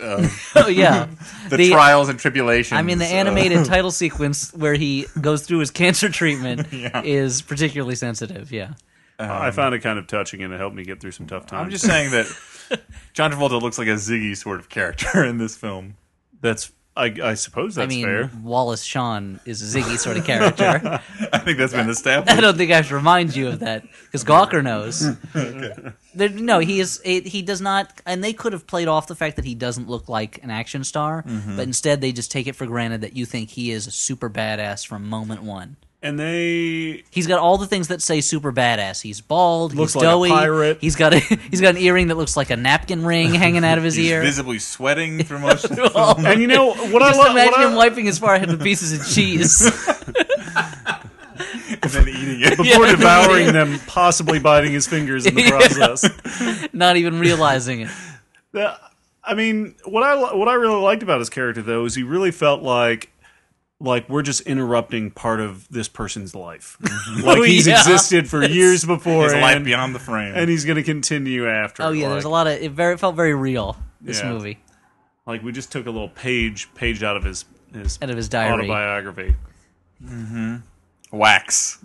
Speaker 4: of
Speaker 3: oh yeah,
Speaker 4: the, trials and tribulations. uh,
Speaker 3: I mean, the
Speaker 4: of-
Speaker 3: animated title sequence where he goes through his cancer treatment
Speaker 4: Yeah.
Speaker 3: is particularly sensitive. Yeah,
Speaker 2: I found it kind of touching, and it helped me get through some tough times.
Speaker 4: um, I'm just saying that John Travolta looks like a Ziggy sort of character in this film.
Speaker 2: that's. I, I suppose that's
Speaker 3: I mean,
Speaker 2: fair.
Speaker 3: Wallace Shawn is a Ziggy sort of character.
Speaker 4: I think that's been
Speaker 3: I
Speaker 4: established.
Speaker 3: don't think I have to remind you of that because Gawker knows. There- No, he is. It, he does not, and they could have played off the fact that he doesn't look like an action star,
Speaker 2: Mm-hmm.
Speaker 3: but instead they just take it for granted that you think he is a super badass from moment one.
Speaker 2: And they
Speaker 3: He's got all the things that say super badass. He's bald.
Speaker 2: Looks
Speaker 3: he's
Speaker 2: like a
Speaker 3: doughy.
Speaker 2: pirate.
Speaker 3: He's got a he's got an earring that looks like a napkin ring hanging out of his
Speaker 4: He's
Speaker 3: ear. Oh,
Speaker 4: visibly sweating through most of the film.
Speaker 2: and you know what I
Speaker 3: Just
Speaker 2: love.
Speaker 3: imagine
Speaker 2: what I-
Speaker 3: him wiping his forehead with pieces of cheese.
Speaker 4: and then eating it.
Speaker 2: before
Speaker 3: Yeah.
Speaker 2: devouring them, possibly biting his fingers in the process.
Speaker 3: not even realizing it.
Speaker 2: The- I mean, what I li- what I really liked about his character though is he really felt like like we're just interrupting part of this person's life. like
Speaker 3: Oh,
Speaker 2: he's
Speaker 3: yeah.
Speaker 2: existed for years before,
Speaker 4: His life
Speaker 2: and,
Speaker 4: beyond the frame.
Speaker 2: and he's going to continue after.
Speaker 3: Oh yeah,
Speaker 2: like,
Speaker 3: there's a lot of it. Very it felt very real. This
Speaker 2: Yeah.
Speaker 3: movie
Speaker 2: like we just took a little page page out of his his
Speaker 3: out of his diary.
Speaker 2: autobiography.
Speaker 4: Wax.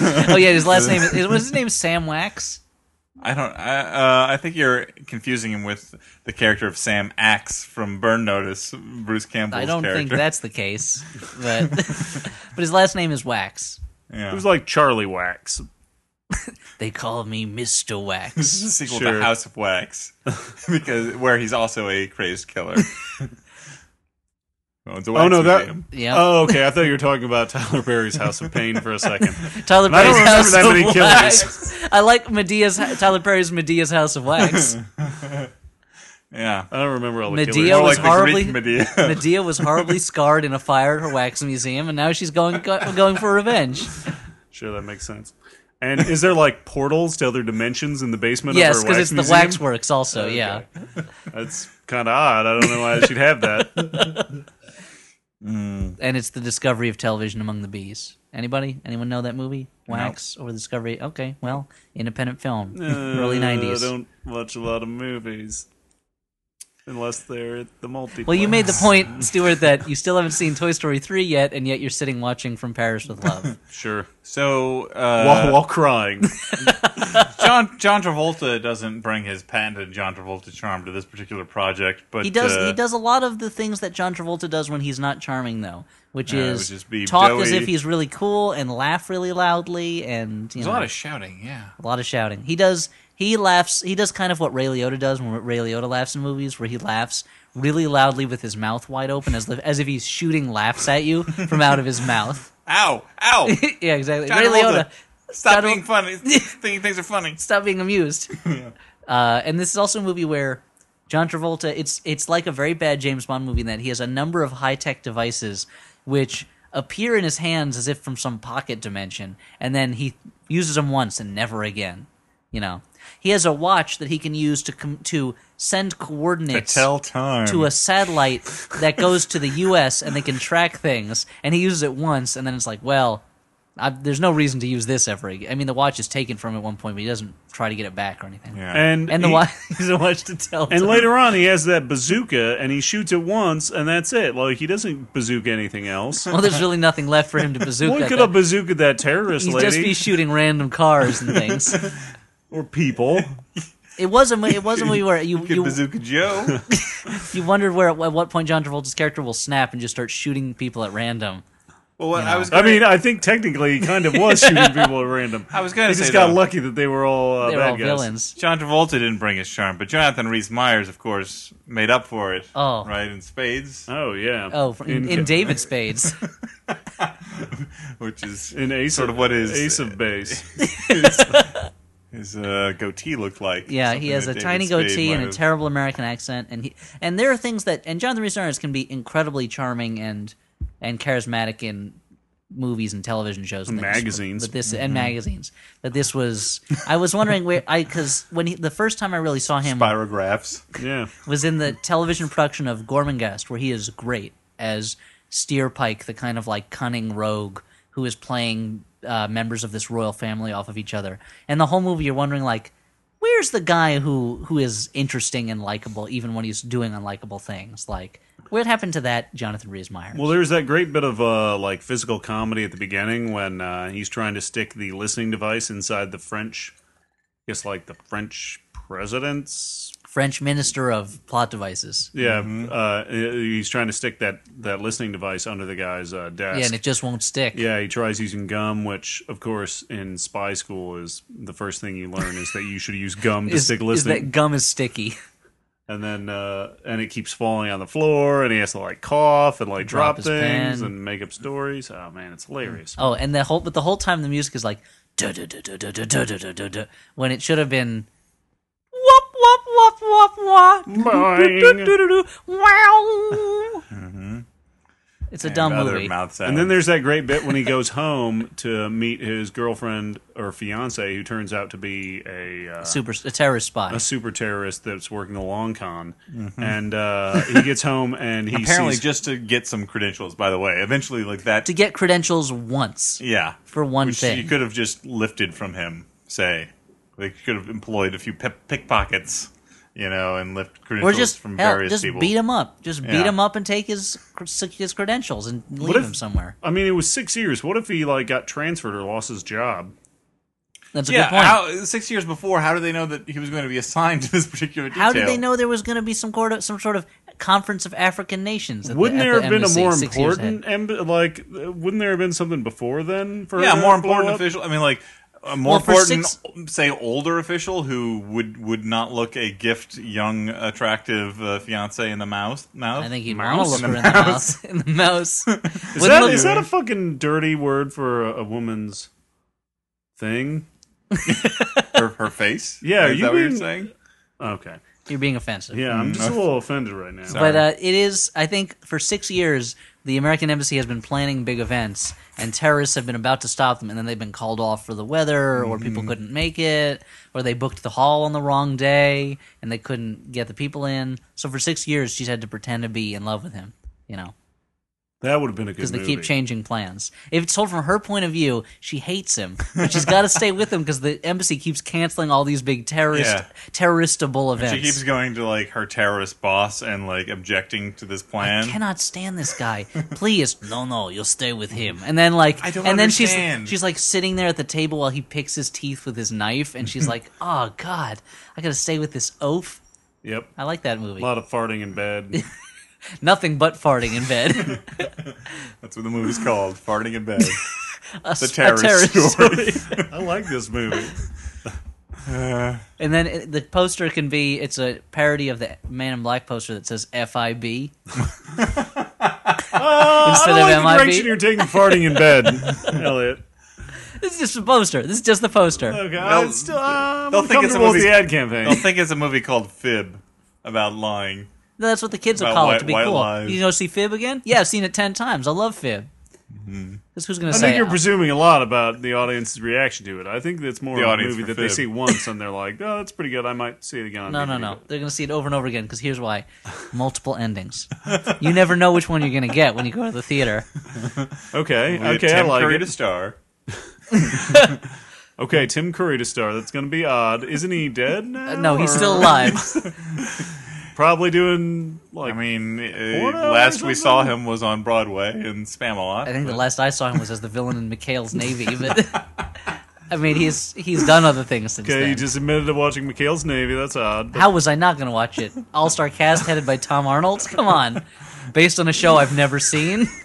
Speaker 3: Oh yeah, his last name is was his name Sam Wax.
Speaker 4: I don't. I, uh, I think you're confusing him with the character of Sam Axe from Burn Notice, Bruce Campbell's
Speaker 3: I don't think
Speaker 4: character.
Speaker 3: that's the case, but but his last name is Wax.
Speaker 4: Yeah.
Speaker 2: It was like Charlie Wax.
Speaker 3: They call me Mister Wax.
Speaker 4: This is a sequel
Speaker 2: Sure.
Speaker 4: to House of Wax, because where he's also a crazed killer. oh, it's a wax
Speaker 2: Oh no, that.
Speaker 4: museum.
Speaker 3: Yeah.
Speaker 2: Oh okay, I thought you were talking about Tyler Perry's House of Pain for a second.
Speaker 3: Tyler
Speaker 2: I don't
Speaker 3: Perry's
Speaker 2: remember
Speaker 3: House
Speaker 2: that
Speaker 3: of
Speaker 2: many
Speaker 3: Wax. I like Medea's Tyler Perry's Medea's House of Wax.
Speaker 4: yeah.
Speaker 2: I don't remember all the
Speaker 3: Medea
Speaker 2: killers.
Speaker 3: It
Speaker 4: More
Speaker 3: was
Speaker 4: like the Greek
Speaker 3: horribly-
Speaker 4: Medea.
Speaker 3: Medea was horribly scarred in a fire at her wax museum, and now she's going go, going for revenge.
Speaker 2: Sure, that makes sense. And is there like portals to other dimensions in the basement?
Speaker 3: yes,
Speaker 2: because
Speaker 3: because it's the waxworks. Also, yeah,
Speaker 2: That's kind of odd. I don't know why she'd have that.
Speaker 3: and it's the discovery of television among the bees. Anybody? Anyone know that movie? Wax or the Discovery? Okay, well, independent film, early nineties.
Speaker 2: I Uh, don't watch a lot of movies unless they're at the multi.
Speaker 3: Well, you made the point, Stuart, that you still haven't seen Toy Story three yet, and yet you're sitting watching From Paris with Love.
Speaker 2: sure
Speaker 4: So
Speaker 2: while,
Speaker 4: uh,
Speaker 2: while crying.
Speaker 4: John John Travolta doesn't bring his patented John Travolta charm to this particular project, but
Speaker 3: He does.
Speaker 4: uh,
Speaker 3: he does a lot of the things that John Travolta does when he's not charming, though, which
Speaker 4: Yeah,
Speaker 3: is
Speaker 4: which is be
Speaker 3: talk
Speaker 4: doughy.
Speaker 3: as if he's really cool and laugh really loudly, and you
Speaker 4: There's
Speaker 3: know,
Speaker 4: a lot of shouting. Yeah.
Speaker 3: a lot of shouting. He does. He laughs. He does kind of what Ray Liotta does when Ray Liotta laughs in movies, where he laughs really loudly with his mouth wide open, as li- as if he's shooting laughs at you from out of his mouth.
Speaker 4: Ow! Ow!
Speaker 3: yeah, exactly.
Speaker 4: John
Speaker 3: Ray
Speaker 4: Travolta,
Speaker 3: Liotta,
Speaker 4: Stop
Speaker 3: John-
Speaker 4: being funny. Thinking things are funny.
Speaker 3: stop being amused. uh, and this is also a movie where John Travolta. It's it's like a very bad James Bond movie in that he has a number of high tech devices which appear in his hands as if from some pocket dimension, and then he uses them once and never again. You know, he has a watch that he can use to com- to send coordinates
Speaker 4: tell time.
Speaker 2: Um,
Speaker 3: to a satellite that goes to the U.S. and they can track things. And he uses it once, and then it's like, well, I, there's no reason to use this ever again. I mean, the watch is taken from him at one point, but he doesn't try to get it back or anything.
Speaker 4: Yeah.
Speaker 2: And
Speaker 3: And the
Speaker 2: he-
Speaker 3: watch is a watch to tell.
Speaker 2: And
Speaker 3: time.
Speaker 2: later on, he has that bazooka, and he shoots it once, and that's it. Like he doesn't bazooka anything else.
Speaker 3: well, there's really nothing left for him to bazooka.
Speaker 2: What
Speaker 3: at
Speaker 2: could
Speaker 3: that
Speaker 2: have bazooka that terrorist
Speaker 3: He'd
Speaker 2: lady
Speaker 3: just be shooting random cars and things.
Speaker 2: or people?
Speaker 3: it was a mo- it was a movie where you
Speaker 4: Good
Speaker 3: you,
Speaker 4: Bazooka Joe.
Speaker 3: you wondered where at what point John Travolta's character will snap and just start shooting people at random.
Speaker 4: well, what I was.
Speaker 2: I
Speaker 4: Gonna,
Speaker 2: mean, I think technically he kind of was shooting people at random.
Speaker 4: I was gonna
Speaker 2: He
Speaker 4: say,
Speaker 2: just got
Speaker 4: though-
Speaker 2: lucky that they were all uh,
Speaker 3: They're
Speaker 2: bad
Speaker 3: all
Speaker 2: guys.
Speaker 3: villains.
Speaker 4: John Travolta didn't bring his charm, but Jonathan Rhys Meyers, of course, made up for it.
Speaker 3: Oh.
Speaker 4: right in spades,
Speaker 2: Oh yeah.
Speaker 3: Oh, for- in, in David Spades,
Speaker 4: which is
Speaker 2: in Ace
Speaker 4: sort of what his
Speaker 2: Ace of Base.
Speaker 4: his uh, goatee looked like.
Speaker 3: yeah,
Speaker 4: Something
Speaker 3: he has
Speaker 4: that
Speaker 3: a
Speaker 4: David
Speaker 3: tiny
Speaker 4: Spade
Speaker 3: goatee
Speaker 4: might
Speaker 3: and a
Speaker 4: have-
Speaker 3: terrible American accent, and he and there are things that and Jonathan Rhys-Meyers can be incredibly charming and and charismatic in movies and television shows and things.
Speaker 2: magazines.
Speaker 3: But this
Speaker 4: Mm-hmm.
Speaker 3: and magazines. But this was I was wondering where I because when he, the first time I really saw him
Speaker 4: pyrographs.
Speaker 2: yeah.
Speaker 3: was in the television production of Gormenghast, where he is great as Steerpike, the kind of like cunning rogue who is playing uh, members of this royal family off of each other. And the whole movie, you're wondering like, where's the guy who who is interesting and likable, even when he's doing unlikable things? Like, what happened to that Jonathan Rhys-Meyers?
Speaker 2: Well, there's that great bit of uh, like physical comedy at the beginning when uh, he's trying to stick the listening device inside the French, I guess like the French president's
Speaker 3: French minister of plot devices.
Speaker 2: Yeah,
Speaker 3: Mm-hmm.
Speaker 2: uh, he's trying to stick that, that listening device under the guy's uh, desk.
Speaker 3: Yeah, and it just won't stick.
Speaker 2: Yeah, he tries using gum, which, of course, in spy school is the first thing you learn is that you should use gum to
Speaker 3: Is,
Speaker 2: stick
Speaker 3: is that
Speaker 2: listening,
Speaker 3: gum is sticky?
Speaker 2: and then uh, and it keeps falling on the floor, and he has to like cough and like
Speaker 3: Drop
Speaker 2: drop,
Speaker 3: his
Speaker 2: things
Speaker 3: pen.
Speaker 2: and make up stories. Oh man, it's hilarious.
Speaker 3: Oh, and the whole but the whole time the music is like duh, duh, duh, duh, duh, duh, duh, duh, duh, duh, duh, when it should have been whoop whoop whoop whoop whoop
Speaker 2: Boing.
Speaker 3: wow. It's a dumb
Speaker 4: and other
Speaker 3: movie.
Speaker 4: mouth sounds.
Speaker 2: And then there's that great bit when he goes home to meet his girlfriend or fiance, who turns out to be a uh,
Speaker 3: Super a terrorist spy.
Speaker 2: a super terrorist that's working the long con,
Speaker 3: Mm-hmm.
Speaker 2: and uh, he gets home and he
Speaker 4: apparently
Speaker 2: sees,
Speaker 4: just to get some credentials. By the way, eventually like that.
Speaker 3: To get credentials once
Speaker 4: yeah,
Speaker 3: for one
Speaker 4: which
Speaker 3: thing.
Speaker 4: you could have just lifted from him. Say they could have employed a few pip- pickpockets, you know, and lift
Speaker 3: or
Speaker 4: credentials
Speaker 3: just
Speaker 4: from
Speaker 3: hell,
Speaker 4: various
Speaker 3: just
Speaker 4: people.
Speaker 3: beat him up. Just beat
Speaker 4: Yeah.
Speaker 3: him up and take his cr- his credentials and leave
Speaker 2: if-
Speaker 3: him somewhere.
Speaker 2: I mean, it was six years. What if he like got transferred or lost his job?
Speaker 3: That's a
Speaker 4: yeah,
Speaker 3: good point.
Speaker 4: how, six years before, how did they know that he was going to be assigned to this particular detail?
Speaker 3: How did they know there was going to be some sort of some sort of conference of African nations? at the-
Speaker 2: Wouldn't
Speaker 3: at
Speaker 2: there
Speaker 3: the
Speaker 2: have been a
Speaker 3: embassy
Speaker 2: more
Speaker 3: six years ahead?
Speaker 2: important emb- like? uh, Wouldn't there have been something before then? For
Speaker 4: Yeah,
Speaker 2: her
Speaker 4: a more
Speaker 2: to blow
Speaker 4: important
Speaker 2: up?
Speaker 4: official. I mean, like a more
Speaker 3: Well, for
Speaker 4: important,
Speaker 3: six-
Speaker 4: say, older official who would would not look a gift, young, attractive uh, fiance in the mouth. Mouth.
Speaker 3: I think he'd want
Speaker 2: Mouse?
Speaker 3: to
Speaker 2: In
Speaker 3: look her in the mouse. In the mouse.
Speaker 2: Is
Speaker 3: Wouldn't
Speaker 2: that,
Speaker 3: look-
Speaker 2: is that a fucking dirty word for a, a woman's thing?
Speaker 4: her, her face.
Speaker 2: Yeah,
Speaker 4: is
Speaker 2: you
Speaker 4: that what you're
Speaker 2: mean-
Speaker 4: saying?
Speaker 2: Okay,
Speaker 3: You're being offensive.
Speaker 2: yeah, I'm
Speaker 3: Hmm.
Speaker 2: just a little offended right now.
Speaker 3: But uh, it is, I think, for six years, the American embassy has been planning big events, and terrorists have been about to stop them, and then they've been called off for the weather, or people
Speaker 2: Mm.
Speaker 3: couldn't make it, or they booked the hall on the wrong day, and they couldn't get the people in. So for six years, she's had to pretend to be in love with him, you know,
Speaker 2: that would have been a good
Speaker 3: because they
Speaker 2: movie.
Speaker 3: keep changing plans. If it's told from her point of view, she hates him, but she's got to stay with him because the embassy keeps canceling all these big terrorist,
Speaker 4: Yeah.
Speaker 3: terroristable events.
Speaker 4: She keeps going to like her terrorist boss and like objecting to this plan.
Speaker 3: I cannot stand this guy. Please, no, no, you'll stay with him. And then like,
Speaker 4: I don't
Speaker 3: and then
Speaker 4: understand.
Speaker 3: she's she's like sitting there at the table while he picks his teeth with his knife, and she's like, "Oh God, I gotta stay with this oaf."
Speaker 2: Yep,
Speaker 3: I like that movie.
Speaker 2: a lot of farting in bed.
Speaker 3: Nothing but farting in bed.
Speaker 4: That's what the movie's called, farting in bed. the
Speaker 3: a
Speaker 4: terrorist,
Speaker 3: terrorist
Speaker 4: story.
Speaker 2: I like this movie.
Speaker 3: and then it, the poster can be it's a parody of the Man in Black poster that says "FIB."
Speaker 2: Uh, I
Speaker 3: Instead
Speaker 2: don't
Speaker 3: of
Speaker 2: like the
Speaker 3: MIB.
Speaker 2: direction you're taking farting in bed, Elliot.
Speaker 3: This is just a poster. This is just the poster.
Speaker 2: Okay,
Speaker 4: They'll-
Speaker 2: I'm still I'm
Speaker 4: they'll think it's a
Speaker 2: comfortable with
Speaker 4: movie-
Speaker 2: the ad
Speaker 4: I'll
Speaker 2: campaign.
Speaker 4: think it's a movie called Fib about lying.
Speaker 3: No, That's what the kids will
Speaker 4: About
Speaker 3: call
Speaker 4: white-
Speaker 3: it to be
Speaker 4: white
Speaker 3: cool.
Speaker 4: lies.
Speaker 3: You know, see Fib again? Yeah, I've seen it ten times. I love Fib.
Speaker 4: Mm-hmm.
Speaker 3: Because who's going to
Speaker 2: I
Speaker 3: say?
Speaker 2: think you're presuming a lot about the audience's reaction to it. I think that's more
Speaker 4: The
Speaker 2: of a
Speaker 4: audience
Speaker 2: movie
Speaker 4: for
Speaker 2: that they
Speaker 4: fib.
Speaker 2: see once and they're like, "Oh, that's pretty good. I might see it again." on
Speaker 3: No, no,
Speaker 2: DVD."
Speaker 3: no. They're going to see it over and over again because here's why multiple endings. You never know which one you're going to get when you go to the theater.
Speaker 2: Okay,
Speaker 4: We had
Speaker 2: okay, I
Speaker 4: Tim Curry
Speaker 2: like
Speaker 4: to
Speaker 2: it.
Speaker 4: star.
Speaker 2: Okay, Tim Curry to star. That's going to be odd. Isn't he dead now?
Speaker 3: Uh, No, he's
Speaker 2: or-
Speaker 3: still alive.
Speaker 2: probably doing like.
Speaker 4: I mean,
Speaker 2: Porno
Speaker 4: uh,
Speaker 2: or
Speaker 4: last we
Speaker 2: something?
Speaker 4: saw him was on Broadway in Spam a lot.
Speaker 3: I think the last I saw him was as the villain in McHale's Navy, but I mean he's he's done other things since
Speaker 2: okay, he
Speaker 3: then.
Speaker 2: just admitted to watching McHale's Navy. That's odd. but-
Speaker 3: How was I not going to watch it? All star cast headed by Tom Arnold. Come on, based on a show I've never seen.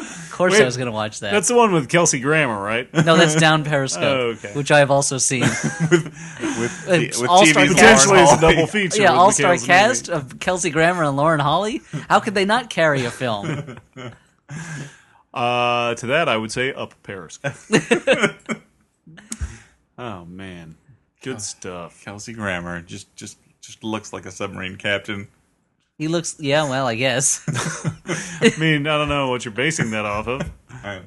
Speaker 3: Of course, I
Speaker 2: Wait,
Speaker 3: was going to watch that.
Speaker 2: that's the one with Kelsey Grammer, right?
Speaker 3: no, that's down Periscope,
Speaker 2: Oh, okay.
Speaker 3: which I have also seen.
Speaker 4: with,
Speaker 3: Uh,
Speaker 4: the- with
Speaker 3: All-Star
Speaker 4: TV's
Speaker 2: Potentially,
Speaker 4: Lauren
Speaker 2: it's a
Speaker 4: Hall.
Speaker 2: double feature.
Speaker 3: yeah,
Speaker 2: with
Speaker 3: all star
Speaker 2: McHale's Navy.
Speaker 3: cast of Kelsey Grammer and Lauren Holly. How could they not carry a film?
Speaker 2: Uh, to that, I would say up Periscope. oh man,
Speaker 4: Oh.
Speaker 2: good stuff.
Speaker 4: Kelsey Grammer just just just looks like a submarine captain.
Speaker 3: He looks. Yeah, well, I guess.
Speaker 2: I mean, I don't know what you're basing that off of.
Speaker 4: I-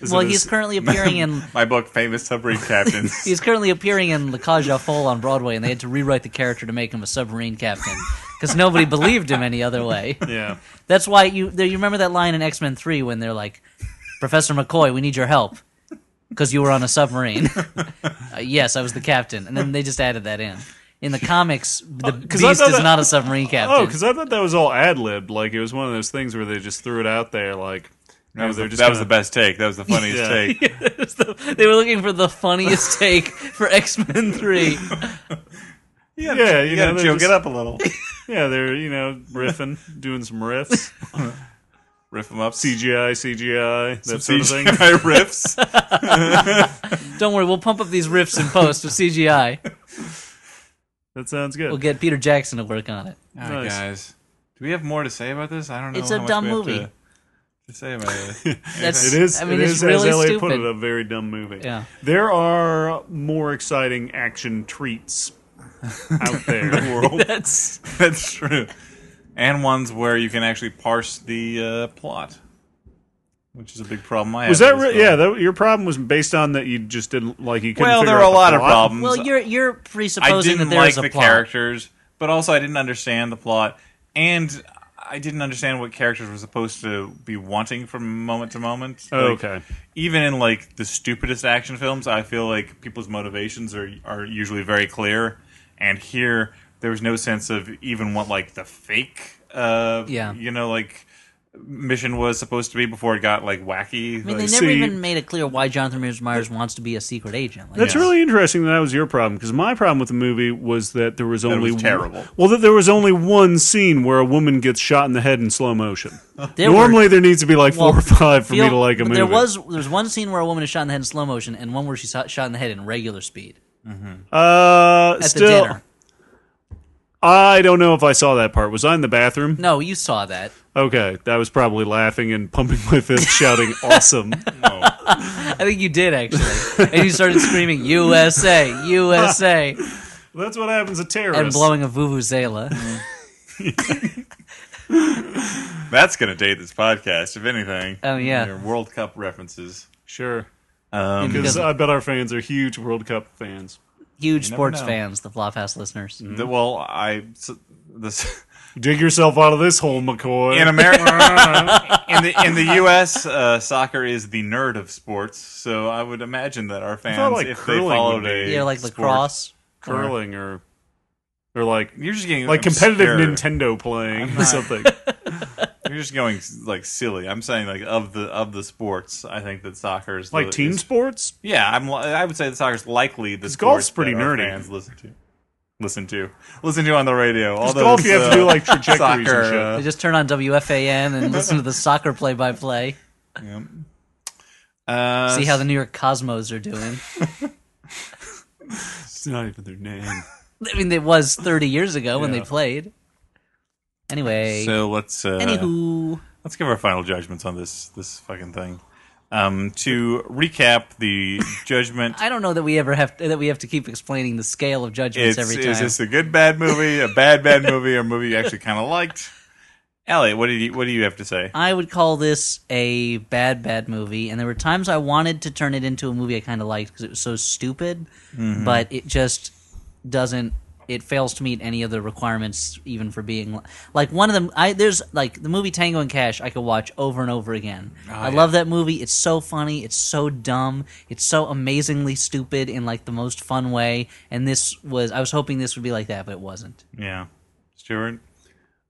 Speaker 2: Is
Speaker 3: well,
Speaker 2: it
Speaker 3: he's
Speaker 2: his-
Speaker 3: currently appearing in
Speaker 4: My book, famous submarine captains.
Speaker 3: He's currently appearing in La Cage aux Folles on Broadway, and they had to rewrite the character to make him a submarine captain because nobody believed him any other way.
Speaker 2: yeah.
Speaker 3: That's why you there, you remember that line in X Men Three when they're like, "Professor McCoy, we need your help because you were on a submarine." uh, yes, I was the captain, and then they just added that in. In the comics, the
Speaker 2: Oh, 'cause I
Speaker 3: Beast
Speaker 2: thought
Speaker 3: is
Speaker 2: that-
Speaker 3: not a submarine captain.
Speaker 2: Oh, because I thought that was all ad libbed. Like it was one of those things where they just threw it out there. Like
Speaker 4: That, was the,
Speaker 2: they're
Speaker 4: that
Speaker 2: just
Speaker 4: was the
Speaker 2: gonna-
Speaker 4: best take. That was the funniest
Speaker 2: Yeah.
Speaker 4: take.
Speaker 3: It was the- they were looking for the funniest take for X Men Three.
Speaker 4: Yeah,
Speaker 2: Yeah, you
Speaker 4: you gotta
Speaker 2: know, they're
Speaker 4: joke it
Speaker 2: just-
Speaker 4: up a little.
Speaker 2: Yeah, they're you know riffing, doing some riffs,
Speaker 4: Riff them up. CGI,
Speaker 2: CGI, CGI, that sort of thing.
Speaker 4: CGI riffs.
Speaker 3: Don't worry, we'll pump up these riffs in post with CGI.
Speaker 2: That sounds good.
Speaker 3: We'll get Peter Jackson to work on it.
Speaker 4: Alright, guys. Do we have more to say about this? I don't know.
Speaker 3: It's
Speaker 4: how
Speaker 3: a
Speaker 4: much
Speaker 3: dumb
Speaker 4: we have
Speaker 3: movie.
Speaker 4: To, to say about it.
Speaker 3: That's
Speaker 2: It is.
Speaker 3: I mean,
Speaker 2: it
Speaker 3: it's
Speaker 2: is,
Speaker 3: really
Speaker 2: as LA
Speaker 3: stupid.
Speaker 2: put it, a very dumb movie.
Speaker 3: Yeah.
Speaker 2: There are more exciting action treats out there.
Speaker 4: world.
Speaker 3: That's
Speaker 4: That's true. And ones where you can actually parse the uh, plot, which is a big problem I
Speaker 2: Was that
Speaker 4: have. with this
Speaker 2: re- yeah?
Speaker 4: film.
Speaker 2: That, your problem was based on that you just didn't like. You couldn't.
Speaker 4: well,
Speaker 2: figure
Speaker 4: there are a
Speaker 2: out the
Speaker 4: lot of
Speaker 2: plot?
Speaker 4: problems.
Speaker 3: well, you're you're
Speaker 4: I
Speaker 3: presupposing
Speaker 4: didn't
Speaker 3: that there's
Speaker 4: like
Speaker 3: a
Speaker 4: the
Speaker 3: plot.
Speaker 4: characters, but also I didn't understand the plot, and I didn't understand what characters were supposed to be wanting from moment to moment.
Speaker 2: Oh,
Speaker 4: Like,
Speaker 2: okay.
Speaker 4: Even in like the stupidest action films, I feel like people's motivations are are usually very clear, and here there was no sense of even what like the fake, uh,
Speaker 3: Yeah.
Speaker 4: you know, like mission was supposed to be before it got like wacky.
Speaker 3: I mean,
Speaker 4: like,
Speaker 3: they never
Speaker 2: see-
Speaker 3: even made it clear why Jonathan Rhys Myers wants to be a secret agent. Like,
Speaker 2: That's
Speaker 4: Yeah.
Speaker 2: really interesting. That, that was your problem because my problem with the movie was that there was
Speaker 4: it
Speaker 2: only
Speaker 4: was terrible.
Speaker 2: Well, that there was only one scene where a woman gets shot in the head in slow motion.
Speaker 3: There
Speaker 2: Normally, there needs to be like four
Speaker 3: well,
Speaker 2: or five for me
Speaker 3: feel-
Speaker 2: to like a
Speaker 3: but
Speaker 2: movie.
Speaker 3: There was there's one scene where a woman is shot in the head in slow motion, and one where she's shot shot in the head in regular speed
Speaker 2: uh,
Speaker 3: at
Speaker 2: still,
Speaker 3: the dinner.
Speaker 2: I don't know if I saw that part. Was I in the bathroom?
Speaker 3: No, you saw that.
Speaker 2: Okay, I was probably laughing and pumping my fist, shouting "awesome."
Speaker 3: I think you did actually, and you started screaming USA, USA,
Speaker 2: That's what happens to terrorists.
Speaker 3: and blowing a vuvuzela.
Speaker 2: Mm.
Speaker 4: that's gonna date this podcast, if anything.
Speaker 3: Oh, yeah.
Speaker 4: Your World Cup references.
Speaker 2: sure,
Speaker 4: Um,
Speaker 2: because I
Speaker 3: Because-
Speaker 2: bet our fans are huge World Cup fans.
Speaker 3: Huge
Speaker 4: never
Speaker 3: sports
Speaker 4: know.
Speaker 3: fans, the Flophouse listeners.
Speaker 2: Mm. Hmm?
Speaker 4: The, well, I s- this
Speaker 2: Dig yourself out of this hole, McCoy.
Speaker 4: in America in the in the U.S. Uh, soccer is the nerd of sports, so I would imagine that our fans,
Speaker 2: like
Speaker 4: if they
Speaker 2: curling would
Speaker 4: followed
Speaker 2: be-
Speaker 4: a
Speaker 3: Yeah, like
Speaker 4: sport-
Speaker 3: lacrosse.
Speaker 2: curling or or like
Speaker 4: you're just getting
Speaker 2: like
Speaker 4: I'm
Speaker 2: competitive
Speaker 4: scared.
Speaker 2: Nintendo playing or
Speaker 4: not-
Speaker 2: something.
Speaker 4: You're just going like silly. I'm saying like of the of the sports, I think that soccer is
Speaker 2: like
Speaker 4: the,
Speaker 2: team
Speaker 4: is-
Speaker 2: sports.
Speaker 4: Yeah, I'm. li- I would say that soccer's likely the
Speaker 2: golf's
Speaker 4: sport
Speaker 2: pretty
Speaker 4: that our
Speaker 2: nerdy.
Speaker 4: Fans listen to. Listen to, listen to on the radio. All those,
Speaker 2: golf, you have to
Speaker 4: uh,
Speaker 2: do like trajectories
Speaker 4: soccer,
Speaker 2: and shit.
Speaker 4: uh,
Speaker 3: They just turn on WFAN and listen to the soccer play by play.
Speaker 4: uh,
Speaker 3: See how the New York Cosmos are doing.
Speaker 2: It's not even their name.
Speaker 3: I mean, it was 30 years ago when they
Speaker 2: Yeah.
Speaker 3: played. Anyway,
Speaker 4: So let's. Uh,
Speaker 3: anywho,
Speaker 4: Let's give our final judgments on this this fucking thing. Um, to recap, the judgment
Speaker 3: I don't know that we ever have that we have to keep explaining the scale of judgments
Speaker 4: is
Speaker 3: every
Speaker 4: is
Speaker 3: time.
Speaker 4: this a good bad movie, a bad bad movie, or a movie you actually kind of liked? Elliot, what do you what do you have to say?
Speaker 3: I would call this a bad, bad movie. And there were times I wanted to turn it into a movie I kind of liked because it was so stupid,
Speaker 2: Mm-hmm.
Speaker 3: but it just doesn't. It fails to meet any of the requirements, even for being like one of them. I there's like the movie Tango and Cash. I could watch over and over again.
Speaker 2: Oh,
Speaker 3: I love that movie. It's so funny. It's so dumb. It's so amazingly stupid in like the most fun way. And this was I was hoping this would be like that, but it wasn't.
Speaker 4: Yeah, Stuart.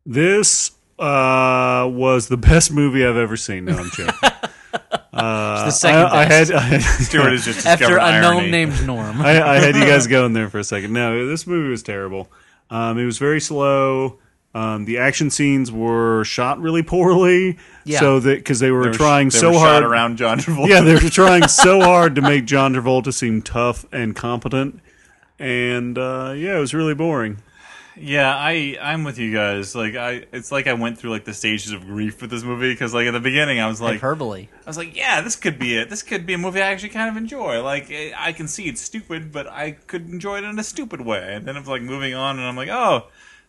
Speaker 2: This uh, was the best movie I've ever seen. No, I'm joking.
Speaker 3: It's the second
Speaker 2: Uh, I, I
Speaker 3: best.
Speaker 2: had I had,
Speaker 4: Stuart has just
Speaker 3: after
Speaker 4: discovered
Speaker 3: a
Speaker 4: irony.
Speaker 3: gnome named Norm.
Speaker 2: I, I had you guys going there for a second. No, this movie was terrible. Um, it was very slow. Um, the action scenes were shot really poorly.
Speaker 3: Yeah.
Speaker 2: So that because they were
Speaker 4: They were-
Speaker 2: trying
Speaker 4: they
Speaker 2: so
Speaker 4: were
Speaker 2: hard
Speaker 4: shot around John Travolta.
Speaker 2: yeah, they were trying so hard to make John Travolta seem tough and competent. And uh, yeah, it was really boring.
Speaker 4: Yeah, I I'm with you guys. Like I, it's like I went through like the stages of grief with this movie because like at the beginning I was like,
Speaker 3: hyperbole.
Speaker 4: I was like, yeah, this could be it. This could be a movie I actually kind of enjoy. Like I I can see it's stupid, but I could enjoy it in a stupid way. And then I'm like moving on, and I'm like, oh,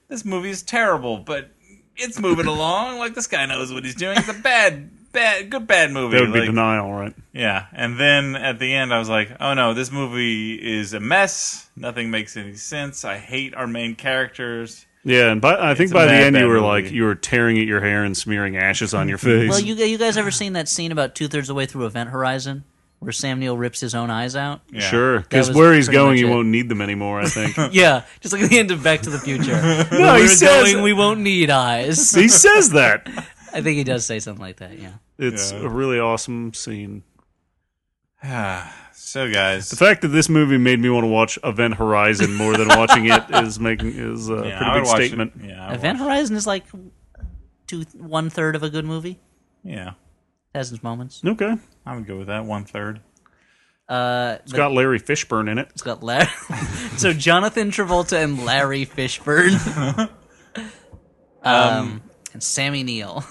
Speaker 4: this movie is terrible, but it's moving along. Like this guy knows what he's doing. It's a bad, bad, good bad movie.
Speaker 2: That would be
Speaker 4: Like,
Speaker 2: denial, right?
Speaker 4: yeah, and then at the end, I was like, "Oh no, this movie is a mess. Nothing makes any sense. I hate our main characters."
Speaker 2: Yeah, and by, I think
Speaker 4: a
Speaker 2: by the
Speaker 4: mad,
Speaker 2: end
Speaker 4: bad
Speaker 2: you were
Speaker 4: movie.
Speaker 2: like you were tearing at your hair and smearing ashes on your face.
Speaker 3: Well, you you guys ever seen that scene about two thirds of the way through Event Horizon where Sam Neill rips his own eyes out?
Speaker 4: Yeah.
Speaker 2: sure, because
Speaker 3: was
Speaker 2: where he's
Speaker 3: pretty
Speaker 2: going,
Speaker 3: much
Speaker 2: you
Speaker 3: it.
Speaker 2: won't need them anymore. I think.
Speaker 3: Yeah, just like the end of Back to the Future. Where
Speaker 2: no, he
Speaker 3: we're
Speaker 2: says
Speaker 3: going, we won't need eyes.
Speaker 2: he says that.
Speaker 3: I think he does say something like that. Yeah.
Speaker 2: It's
Speaker 4: Yeah.
Speaker 2: a really awesome scene.
Speaker 4: so, guys,
Speaker 2: The fact that this movie made me want to watch Event Horizon more than watching it is making is a
Speaker 4: yeah, I
Speaker 2: pretty
Speaker 4: would
Speaker 2: big
Speaker 4: watch it.
Speaker 2: statement.
Speaker 4: Yeah, I would
Speaker 3: Event
Speaker 4: watch-
Speaker 3: Horizon is like two one third of a good movie.
Speaker 4: yeah,
Speaker 3: Thousands moments.
Speaker 2: Okay,
Speaker 4: I would go with that one third.
Speaker 3: Uh,
Speaker 2: it's got Larry Fishburne in it.
Speaker 3: it's got Larry. so Jonathan Travolta and Larry Fishburne. um, and Sammy Neill.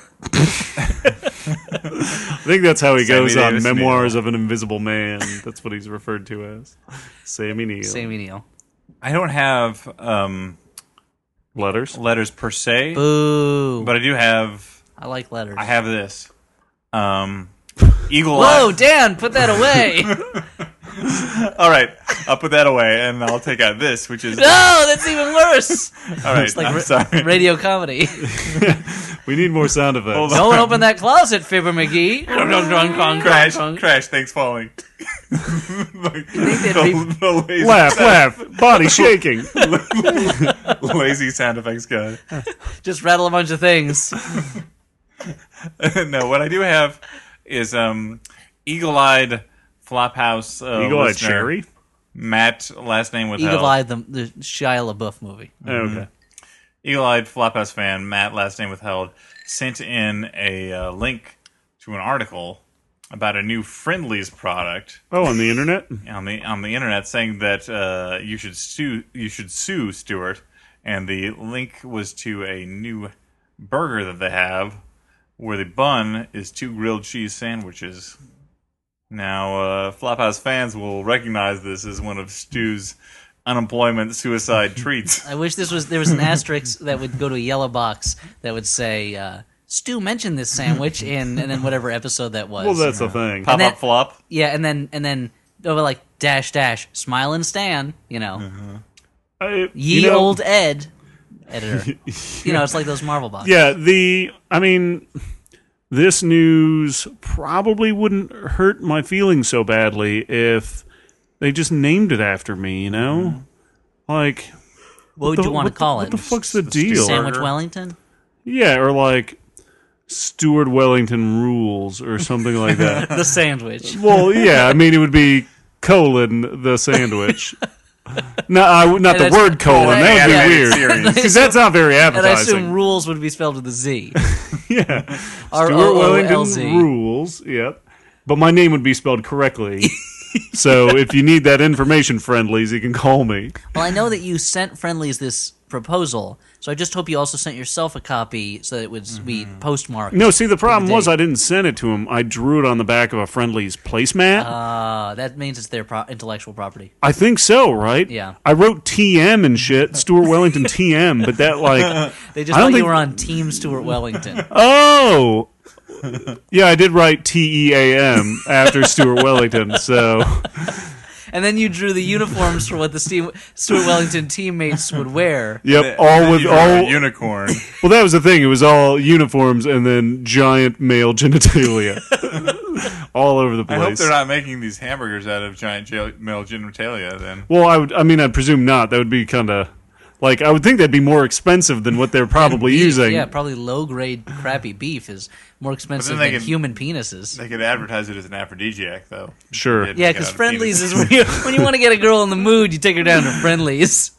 Speaker 2: I think that's how he
Speaker 4: Sammy
Speaker 2: goes
Speaker 4: Davis
Speaker 2: on Memoirs of an Invisible Man. That's what he's referred to as. Sammy Neil.
Speaker 3: Sammy Neill.
Speaker 4: I don't have um,
Speaker 2: Letters.
Speaker 4: letters per se,
Speaker 3: Boo.
Speaker 4: but I do have.
Speaker 3: I like letters.
Speaker 4: I have this. Um, Eagle
Speaker 3: Whoa,
Speaker 4: Eye.
Speaker 3: Dan, put that away.
Speaker 4: All right, I'll put that away, and I'll take out this, which is
Speaker 3: no, that's even worse.
Speaker 4: all right.
Speaker 3: like
Speaker 4: I'm
Speaker 3: ra-
Speaker 4: sorry.
Speaker 3: Radio comedy.
Speaker 2: We need more sound effects.
Speaker 4: Hold
Speaker 3: Don't open that closet, Fibber McGee.
Speaker 4: Crash!
Speaker 3: crash,
Speaker 4: Crash! Things falling.
Speaker 3: that'd
Speaker 4: the, the lazy,
Speaker 2: Laugh, laugh. Body shaking.
Speaker 4: lazy sound effects guy.
Speaker 3: Just rattle a bunch of things.
Speaker 4: no, what I do have is um, eagle-eyed Flophouse uh,
Speaker 2: Eagle eyed
Speaker 4: listener,
Speaker 2: Sherry.
Speaker 4: Matt, last name withheld.
Speaker 3: Eagle Eye, the, the Shia LaBeouf movie.
Speaker 4: Mm-hmm.
Speaker 2: Okay.
Speaker 4: Eagle-eyed Flophouse fan Matt, last name withheld, sent in a uh, link to an article about a new Friendlies product
Speaker 2: Oh, on the internet.
Speaker 4: on the on the internet saying that uh, you should sue you should sue Stewart, and the link was to a new burger that they have, where the bun is two grilled cheese sandwiches. Now, uh, Flophouse fans will recognize this as one of Stu's unemployment suicide treats.
Speaker 3: I wish this was there was an asterisk that would go to a yellow box that would say, uh, Stu mentioned this sandwich in and then whatever episode that was.
Speaker 2: Well, that's the thing.
Speaker 4: Pop
Speaker 3: that-
Speaker 4: up flop.
Speaker 3: yeah, and then and then over like dash dash smile and Stan, you know.
Speaker 2: I-
Speaker 3: Ye
Speaker 2: Uh-huh. you know,
Speaker 3: old Ed editor. you know, it's like those Marvel boxes.
Speaker 2: Yeah. The. I mean, this news probably wouldn't hurt my feelings so badly if they just named it after me. You know, like
Speaker 3: Hmm. what would
Speaker 2: the-
Speaker 3: you want
Speaker 2: what
Speaker 3: to
Speaker 2: the-
Speaker 3: call
Speaker 2: What
Speaker 3: it?
Speaker 2: the fuck's the deal?
Speaker 3: Sandwich
Speaker 4: Burger.
Speaker 3: Wellington?
Speaker 2: Yeah, or like Stuart Wellington rules or something like that.
Speaker 3: The sandwich.
Speaker 2: well, yeah, I mean it would be colon the sandwich. No, I would- not
Speaker 3: And
Speaker 2: the
Speaker 3: that's-
Speaker 2: word colon.
Speaker 3: and
Speaker 2: That
Speaker 3: I-
Speaker 2: would
Speaker 3: yeah,
Speaker 2: be weird
Speaker 4: Serious.
Speaker 2: because that's not very
Speaker 3: And I assume
Speaker 2: appetizing.
Speaker 3: rules would be spelled with a Z.
Speaker 2: Yeah,
Speaker 3: R
Speaker 2: Stuart
Speaker 3: O O L
Speaker 2: Wellington
Speaker 3: Z.
Speaker 2: rules. Yep, but my name would be spelled correctly. so if you need that information, friendlies, you can call me.
Speaker 3: Well, I know that you sent friendlies this proposal. So I just hope you also sent yourself a copy so that it would s- be postmarked.
Speaker 2: Mm-hmm. No, see, the problem was
Speaker 3: date.
Speaker 2: I didn't send it to him. I drew it on the back of a friendly's placemat.
Speaker 3: Uh, that means it's their pro- intellectual property.
Speaker 2: I think so, right?
Speaker 3: Yeah.
Speaker 2: I wrote TM and shit, Stuart Wellington TM, but that like,
Speaker 3: They just
Speaker 2: I don't
Speaker 3: thought you
Speaker 2: think-
Speaker 3: were on Team Stuart Wellington.
Speaker 2: oh, yeah, I did write T E A M after Stuart Wellington. So
Speaker 3: and then you drew the uniforms for what the Steve- Stuart Wellington teammates would wear.
Speaker 2: yep, all with
Speaker 4: You are a
Speaker 2: all.
Speaker 4: unicorn.
Speaker 2: Well, that was the thing. It was all uniforms and then giant male genitalia, all over the
Speaker 4: I
Speaker 2: place.
Speaker 4: hope they're not making these hamburgers out of giant jail- male genitalia. Then
Speaker 2: Well, I would. I mean, I presume not. That would be kind of like I would think that'd be more expensive than what they're probably using.
Speaker 3: Yeah, probably low grade crappy beef is more expensive
Speaker 4: they
Speaker 3: than
Speaker 4: can-
Speaker 3: human penises.
Speaker 4: they could advertise it as an aphrodisiac, though.
Speaker 2: Sure.
Speaker 4: They'd
Speaker 3: Yeah,
Speaker 4: make it
Speaker 3: because
Speaker 4: out of
Speaker 3: friendlies
Speaker 4: uh,
Speaker 3: is when
Speaker 4: penis.
Speaker 3: you when you want to get a girl in the mood, you take her down to friendlies.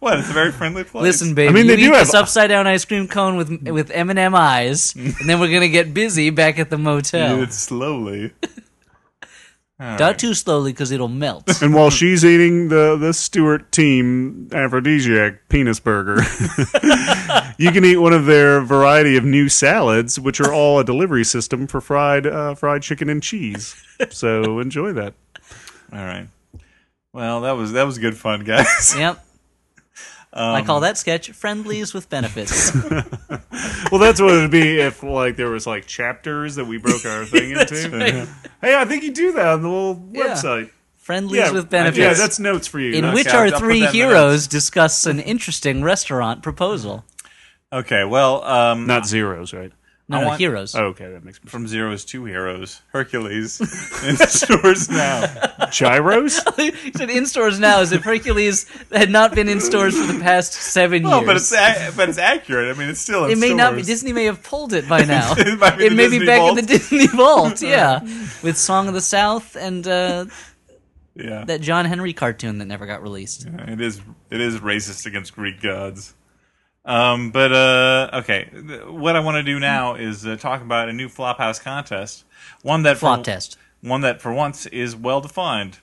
Speaker 4: what? It's a very friendly place.
Speaker 3: Listen, baby,
Speaker 2: I mean,
Speaker 3: you
Speaker 2: they
Speaker 3: eat
Speaker 2: do have-
Speaker 3: this upside down ice cream cone with with M and M eyes, and then we're gonna get busy back at the motel.
Speaker 4: do it slowly.
Speaker 3: Not too slowly because it'll melt.
Speaker 2: And while she's eating the the Stewart team aphrodisiac penis burger, you can eat one of their variety of new salads, which are all a delivery system for fried uh, fried chicken and cheese. So enjoy that.
Speaker 4: All right. Well, that was that was good fun, guys.
Speaker 3: yep.
Speaker 4: Um,
Speaker 3: I call that sketch "Friendlies with Benefits."
Speaker 2: Well, that's what it'd be if like there was like chapters that we broke our thing into. Hey, I think you do that on the little
Speaker 3: Yeah.
Speaker 2: website.
Speaker 3: Friendlies with
Speaker 2: Yeah,
Speaker 3: benefits.
Speaker 2: that's notes for you.
Speaker 3: in
Speaker 2: That's-
Speaker 3: which
Speaker 4: Okay, I'll-
Speaker 3: our
Speaker 4: I'll put
Speaker 3: three
Speaker 4: that in the
Speaker 3: heroes discuss an interesting restaurant proposal.
Speaker 4: Okay. Well, um,
Speaker 2: Not zeros, right?
Speaker 3: No,
Speaker 4: I
Speaker 3: no,
Speaker 4: want-
Speaker 3: heroes.
Speaker 2: Oh, okay, that makes me
Speaker 4: from zero is two heroes. Hercules in stores now.
Speaker 2: gyros.
Speaker 3: He said in stores now as if Hercules had not been in stores for the past seven
Speaker 4: No,
Speaker 3: years.
Speaker 4: but it's a- but it's accurate. I mean, it's still in
Speaker 3: it may not be.
Speaker 4: stores.
Speaker 3: Disney may have pulled it by now.
Speaker 4: It might be
Speaker 3: it
Speaker 4: the
Speaker 3: may
Speaker 4: Disney
Speaker 3: be back
Speaker 4: vault.
Speaker 3: in the Disney vault. Yeah, with Song of the South and uh,
Speaker 4: yeah.
Speaker 3: that John Henry cartoon that never got released.
Speaker 4: It is it is racist against Greek gods. Um, but uh, okay, Th- what I want to do now is uh, talk about a new Flophouse contest. One that
Speaker 3: Flop
Speaker 4: for,
Speaker 3: test.
Speaker 4: One that for once is well defined.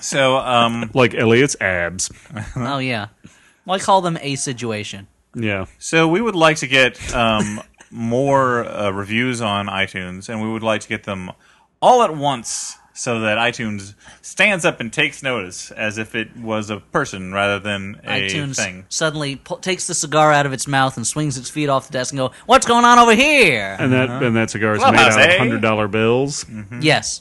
Speaker 4: so um,
Speaker 2: like Elliot's abs.
Speaker 3: Oh yeah. Well, I call them a situation.
Speaker 2: Yeah.
Speaker 4: so we would like to get um, more uh, reviews on iTunes, and we would like to get them all at once. So that iTunes stands up and takes notice, as if it was a person rather than a
Speaker 3: iTunes
Speaker 4: thing.
Speaker 3: suddenly pu- takes the cigar out of its mouth and swings its feet off the desk and go, "What's going on over here?"
Speaker 2: And that and that cigar is made
Speaker 4: Clubhouse,
Speaker 2: out of
Speaker 4: eh? Mm-hmm.
Speaker 2: hundred dollar bills.
Speaker 3: Yes,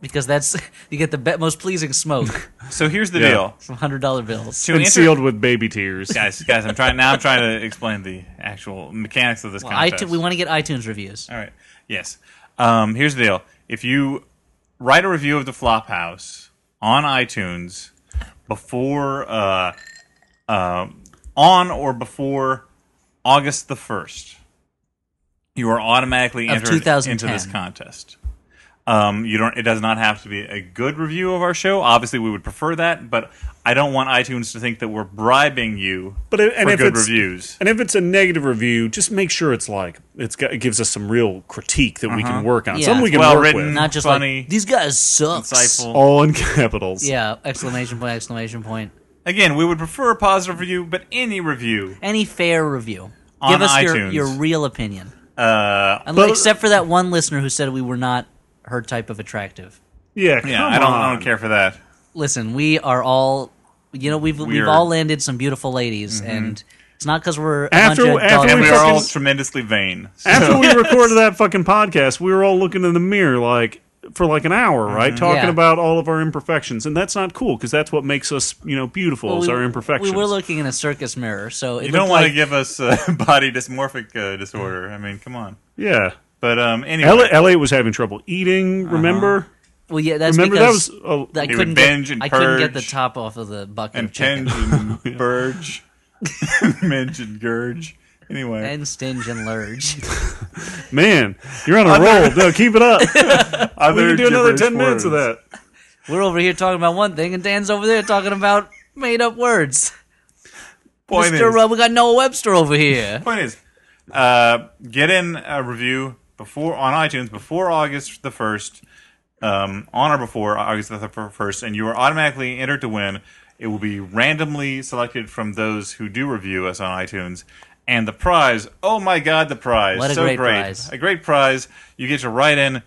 Speaker 3: because that's you get the be- most pleasing smoke
Speaker 4: So here's the
Speaker 2: Yeah.
Speaker 4: deal:
Speaker 3: from hundred dollar bills.
Speaker 4: to
Speaker 2: And
Speaker 4: enter-
Speaker 2: sealed with baby tears.
Speaker 4: guys, guys, I'm trying now. I'm trying to explain the actual mechanics of this contest.
Speaker 3: iTunes, we want to get iTunes reviews.
Speaker 4: All right. Yes. Um, here's the deal: if you write a review of the Flophouse on iTunes before, uh, uh, on or before August the first, you are automatically
Speaker 3: Of
Speaker 4: entered into
Speaker 3: 2010.
Speaker 4: this contest. Um, you don't. It does not have to be a good review of our show. Obviously, we would prefer that, but I don't want iTunes to think that we're bribing you
Speaker 2: But it- and
Speaker 4: for
Speaker 2: if
Speaker 4: good
Speaker 2: it's-
Speaker 4: reviews.
Speaker 2: And if it's a negative review, just make sure it's like it's got, it gives us some real critique that we can work on.
Speaker 3: Yeah.
Speaker 2: Something we can
Speaker 4: Uh-huh. Well
Speaker 2: work
Speaker 4: written.
Speaker 2: with.
Speaker 3: Not just
Speaker 4: Funny.
Speaker 3: like these guys suck.
Speaker 4: Insightful.
Speaker 2: All in capitals.
Speaker 3: Yeah! Exclamation point! Exclamation point!
Speaker 4: Again, we would prefer a positive review, but any review.
Speaker 3: Any fair review.
Speaker 4: On
Speaker 3: Give us your
Speaker 4: iTunes.
Speaker 3: your real opinion,
Speaker 4: Uh,
Speaker 3: Unless,
Speaker 2: But-
Speaker 3: except for that one listener who said we were not her type of attractive.
Speaker 2: Yeah.
Speaker 4: yeah,
Speaker 2: come
Speaker 4: I don't. I
Speaker 2: on.
Speaker 4: don't care for that.
Speaker 3: Listen, we are all, you know, we've we've
Speaker 4: Weird. Mm-hmm.
Speaker 3: all landed some beautiful ladies, and it's not because we're a
Speaker 2: After-
Speaker 3: bunch of
Speaker 2: after
Speaker 3: dog-
Speaker 4: And we
Speaker 2: fucking-
Speaker 4: are all tremendously vain. So-
Speaker 2: After we recorded that fucking podcast, we were all looking in the mirror like for like an hour, right? Talking
Speaker 3: Yeah.
Speaker 2: about all of our imperfections, and that's not cool because that's what makes us, you know, beautiful
Speaker 3: Well,
Speaker 2: is
Speaker 3: we-
Speaker 2: our imperfections.
Speaker 3: We were looking in a circus mirror, so it
Speaker 4: you don't
Speaker 3: looked
Speaker 4: want
Speaker 3: like-
Speaker 4: to give us uh, body dysmorphic uh, disorder. I mean, come on.
Speaker 2: yeah.
Speaker 4: But um, anyway,
Speaker 2: LA, LA was having trouble eating. Remember?
Speaker 3: Well, yeah, Uh-huh. that's
Speaker 2: Remember
Speaker 3: because
Speaker 2: that was. oh,
Speaker 3: I
Speaker 4: He would
Speaker 3: couldn't
Speaker 4: binge
Speaker 3: get,
Speaker 4: and
Speaker 3: I couldn't get the
Speaker 4: purge.
Speaker 3: top off of the bucket
Speaker 4: and
Speaker 3: of chicken.
Speaker 4: tinge and burge, minge and gurge. Anyway,
Speaker 3: and stinge and lurge.
Speaker 2: a, man, you're on a roll. No, keep it up. we
Speaker 4: Other
Speaker 2: can do another
Speaker 4: gibberish
Speaker 2: ten minutes of
Speaker 4: words.
Speaker 2: that.
Speaker 3: We're over here talking about one thing, and Dan's over there talking about made up words.
Speaker 4: Point
Speaker 3: Mr.
Speaker 4: is,
Speaker 3: Rub, we got Noah Webster over here.
Speaker 4: point is, uh, get in a review before on iTunes before August the first, um, on or before August the first, and you are automatically entered to win It will be randomly selected from those who do review us on iTunes. And the prize, oh my God, the prize.
Speaker 3: What a
Speaker 4: so
Speaker 3: great
Speaker 4: great.
Speaker 3: prize.
Speaker 4: A great prize. You get to write in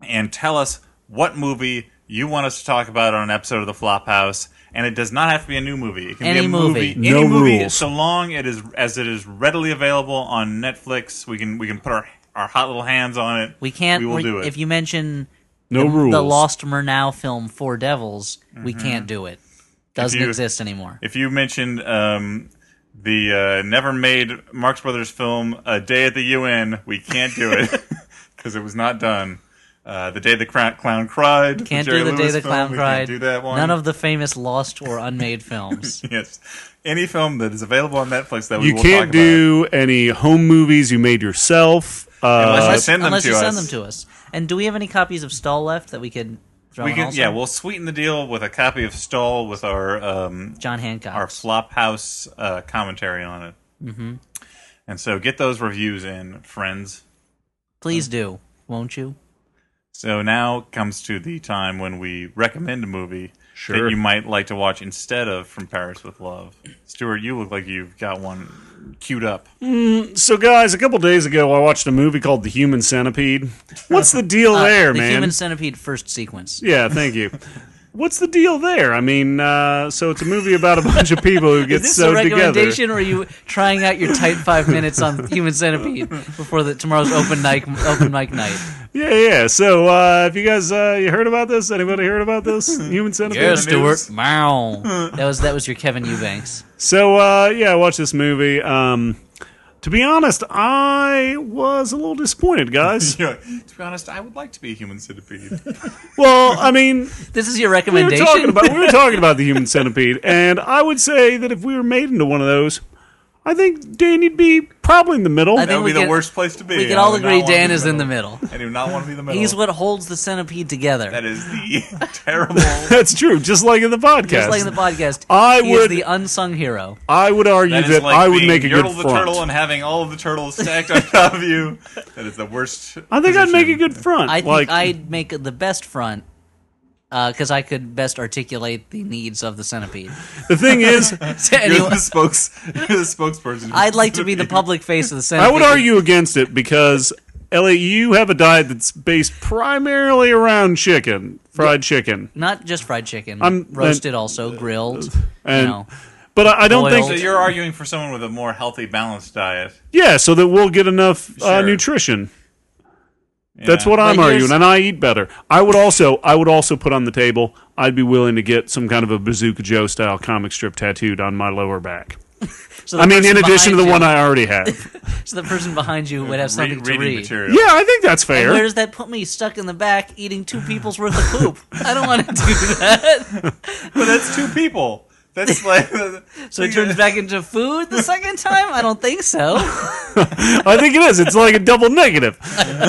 Speaker 4: and tell us what movie you want us to talk about on an episode of The Flop House. And it does not have to be a new movie. It can be
Speaker 3: Any
Speaker 4: a
Speaker 3: movie.
Speaker 4: movie.
Speaker 2: No
Speaker 4: any movie,
Speaker 2: rules.
Speaker 4: so long it is as it is readily available on Netflix. We can we can put our our hot little hands on it.
Speaker 3: We can't.
Speaker 4: We will do it.
Speaker 3: If you mention
Speaker 2: No rules.
Speaker 3: the Lost Murnau film Four Devils, we can't do it. Doesn't
Speaker 4: Mm-hmm. you-
Speaker 3: exist anymore.
Speaker 4: If you mentioned um, the uh, never made Marx Brothers film "A Day at the UN," we can't do it because it was not done. Uh, the day the Cra- clown cried.
Speaker 3: Can't
Speaker 4: Jerry
Speaker 3: do the
Speaker 4: Lewis
Speaker 3: day the
Speaker 4: film,
Speaker 3: clown
Speaker 4: we
Speaker 3: cried.
Speaker 4: Can't do that one.
Speaker 3: None of the famous lost or unmade films.
Speaker 4: yes, any film that is available on Netflix that we
Speaker 2: You
Speaker 4: will
Speaker 2: can't
Speaker 4: talk
Speaker 2: do any home movies you made yourself.
Speaker 4: about.
Speaker 2: Uh,
Speaker 4: unless you send them
Speaker 3: Unless
Speaker 4: to
Speaker 3: you
Speaker 4: us.
Speaker 3: send them to us. And do we have any copies of Stall left that we could throw
Speaker 4: We
Speaker 3: in
Speaker 4: can,
Speaker 3: also?
Speaker 4: yeah, we'll sweeten the deal with a copy of Stall with our um,
Speaker 3: John Hancock.
Speaker 4: our Flophouse uh, commentary on it. Mm-hmm. And so get those reviews in, friends.
Speaker 3: Please do, won't you?
Speaker 4: So now comes to the time when we recommend a movie
Speaker 2: Sure.
Speaker 4: that you might like to watch instead of From Paris with Love. Stuart, you look like you've got one queued up.
Speaker 2: so, guys, a couple days ago, I watched a movie called The Human Centipede. What's the deal there,
Speaker 3: Uh, the
Speaker 2: man?
Speaker 3: Human Centipede first sequence.
Speaker 2: yeah, thank you. What's the deal there? I mean, uh, so it's a movie about a bunch of people who get
Speaker 3: Is this a
Speaker 2: sewed together.
Speaker 3: recommendation, or are you trying out your tight five minutes on Human Centipede before the, tomorrow's open mic open mic night?
Speaker 2: Yeah, yeah. So, uh, if you guys uh, you heard about this, anybody heard about this Human Centipede?
Speaker 3: Yeah,
Speaker 4: Yes,
Speaker 2: in the news?
Speaker 3: Stuart. Meow. That was that was your Kevin Eubanks.
Speaker 2: So uh, yeah, I watched this movie. Um, to be honest, I was a little disappointed, guys.
Speaker 4: Yeah, to be honest, I would like to be a human centipede.
Speaker 2: well, I mean,
Speaker 3: This is
Speaker 2: we
Speaker 3: your
Speaker 2: were
Speaker 3: recommendation.
Speaker 2: talking about we were talking about the human centipede, and I would say that if we were made into one of those, I think Dan, you'd be probably in the middle.
Speaker 3: I
Speaker 4: That
Speaker 3: think
Speaker 4: would
Speaker 3: we
Speaker 4: be the
Speaker 3: can-
Speaker 4: worst place to be.
Speaker 3: we can
Speaker 4: I
Speaker 3: all
Speaker 4: would not
Speaker 3: agree
Speaker 4: want to
Speaker 3: Dan
Speaker 4: be
Speaker 3: is in the middle.
Speaker 4: I do not want to be in the middle.
Speaker 3: He's what holds the centipede together.
Speaker 4: that is the terrible. That
Speaker 2: That's true. Just like in the podcast,
Speaker 3: Just like in the podcast,
Speaker 2: I
Speaker 3: he is
Speaker 2: would-
Speaker 3: the unsung hero.
Speaker 2: I would argue that,
Speaker 4: is like
Speaker 2: I would
Speaker 4: being
Speaker 2: make a good
Speaker 4: Yertle the turtle
Speaker 2: front.
Speaker 4: and having all of the turtles stacked on top of you. That is the worst.
Speaker 2: I think I'd make a
Speaker 4: position.
Speaker 2: good front.
Speaker 3: I think
Speaker 2: like
Speaker 3: I'd make the best front because I could best articulate the needs of the centipede.
Speaker 2: the thing is,
Speaker 3: So
Speaker 4: You're
Speaker 3: anyway,
Speaker 4: the spokes. You're the spokesperson.
Speaker 3: I'd like to be the public face of the centipede.
Speaker 2: I would argue against it because Elliot, you have a diet that's based primarily around chicken, fried chicken,
Speaker 3: not just fried chicken,
Speaker 2: I'm- Uh,
Speaker 3: roasted also, grilled.
Speaker 2: and
Speaker 3: you know,
Speaker 2: but I, I don't
Speaker 4: So
Speaker 2: think
Speaker 3: boiled.
Speaker 4: you're arguing for someone with a more healthy, balanced diet.
Speaker 2: yeah, so that we'll get enough uh,
Speaker 4: Sure.
Speaker 2: nutrition. That's
Speaker 4: Yeah.
Speaker 2: what I'm
Speaker 3: But here's-
Speaker 2: arguing, and I eat better. I would also I would also put on the table. I'd be willing to get some kind of a Bazooka Joe style comic strip tattooed on my lower back.
Speaker 3: So the
Speaker 2: I mean, in
Speaker 3: person
Speaker 2: addition to
Speaker 3: behind
Speaker 2: the
Speaker 3: you-
Speaker 2: one I already have.
Speaker 3: so the person behind you would have
Speaker 4: Re-
Speaker 3: something to
Speaker 4: reading
Speaker 3: read.
Speaker 4: material.
Speaker 2: yeah, I think that's
Speaker 3: And Where
Speaker 2: fair.
Speaker 3: does that put me? Stuck in the back, eating two people's worth of poop. I don't want to do that.
Speaker 4: But that's two people. That's like
Speaker 3: So it turns back into food the second time. I don't think so. I
Speaker 2: I think it is. It's like a double negative.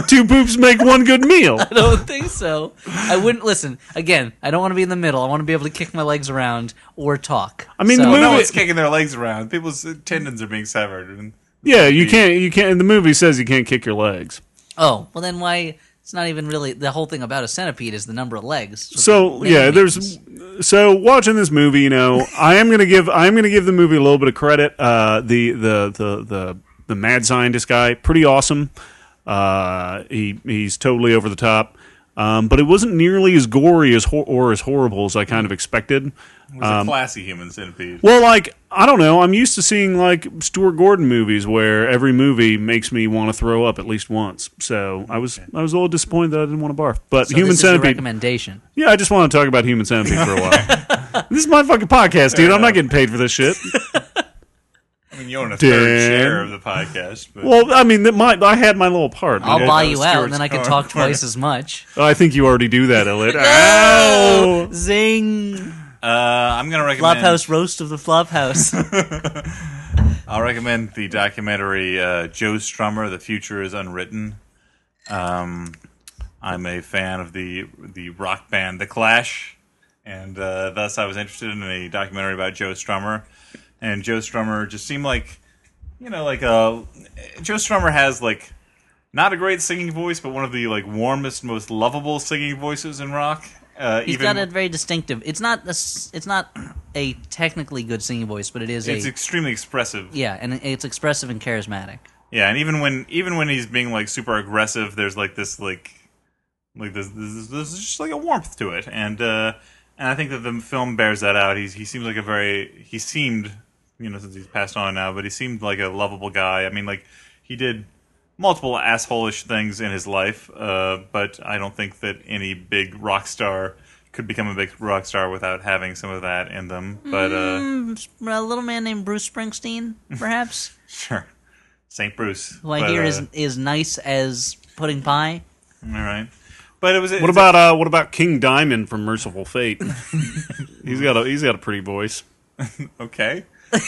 Speaker 2: Two poops make one good meal.
Speaker 3: don't think so. I wouldn't listen. Again, I don't want to be in the middle. I want to be able to kick my legs around or talk.
Speaker 2: I mean,
Speaker 3: So-
Speaker 2: the movie
Speaker 4: No one's kicking their legs around. People's tendons are being severed. And
Speaker 2: Yeah, you can't. You can't. The movie says you can't kick your legs.
Speaker 3: Oh, well then why? It's not even really the whole thing about a centipede is the number of legs. That's
Speaker 2: So
Speaker 3: what the name
Speaker 2: yeah,
Speaker 3: means.
Speaker 2: there's. So watching this movie, you know, I am gonna give. I am gonna give the movie a little bit of credit. Uh, the the the the the mad scientist guy, pretty awesome. Uh, he he's totally over the top. Um, but it wasn't nearly as gory as hor- or as horrible as I kind of expected.
Speaker 4: it
Speaker 2: Um,
Speaker 4: was a classy human centipede.
Speaker 2: Well, like I don't know. I'm used to seeing like Stuart Gordon movies where every movie makes me want to throw up at least once. So I was I was a little disappointed that I didn't want to barf. But
Speaker 3: So
Speaker 2: Human
Speaker 3: this is your
Speaker 2: Centipede.
Speaker 3: recommendation.
Speaker 2: Yeah, I just want to talk about Human Centipede for a while. this is my fucking podcast, dude. I'm not getting paid for this shit.
Speaker 4: I mean, you own a
Speaker 2: Dan.
Speaker 4: third share of the podcast. But
Speaker 2: Well, I mean, that my I had my little part.
Speaker 3: I'll
Speaker 2: man.
Speaker 3: buy
Speaker 4: that
Speaker 3: you out,
Speaker 4: was
Speaker 3: and
Speaker 4: Stuart's
Speaker 3: then I can
Speaker 4: car.
Speaker 3: talk twice as much.
Speaker 2: I think you already do that, Elliot. Ow!
Speaker 3: Zing!
Speaker 4: uh, I'm going to recommend.
Speaker 3: Flophouse roast of the Flophouse.
Speaker 4: I'll recommend the documentary uh, Joe Strummer, "The Future Is Unwritten." Um, I'm a fan of the the rock band The Clash, and uh, thus I was interested in a documentary about Joe Strummer. And Joe Strummer just seemed like, you know, like uh, Joe Strummer has like not a great singing voice, but one of the like warmest, most lovable singing voices in rock. uh,
Speaker 3: He's
Speaker 4: even
Speaker 3: got a very distinctive. It's not a, s- it's not a technically good singing voice, but it is
Speaker 4: it's
Speaker 3: a
Speaker 4: extremely expressive.
Speaker 3: yeah, and it- it's expressive and charismatic.
Speaker 4: Yeah, and even when even when he's being like super aggressive, there's like this like like this this, this is just like a warmth to it, and uh, and I think that the film bears that out. He's he seems like a very he seemed you know since he's passed on now, but he seemed like a lovable guy. I mean, like he did multiple assholish things in his life, uh, but I don't think that any big rock star could become a big rock star without having some of that in them. But uh,
Speaker 3: Mm, a little man named Bruce Springsteen, perhaps,
Speaker 4: sure, Saint Bruce.
Speaker 3: who I
Speaker 4: But,
Speaker 3: hear
Speaker 4: uh,
Speaker 3: is is nice as pudding pie.
Speaker 4: all right. But it was.
Speaker 2: What about uh, what about King Diamond from Merciful Fate? he's got a he's got a pretty voice.
Speaker 4: Okay.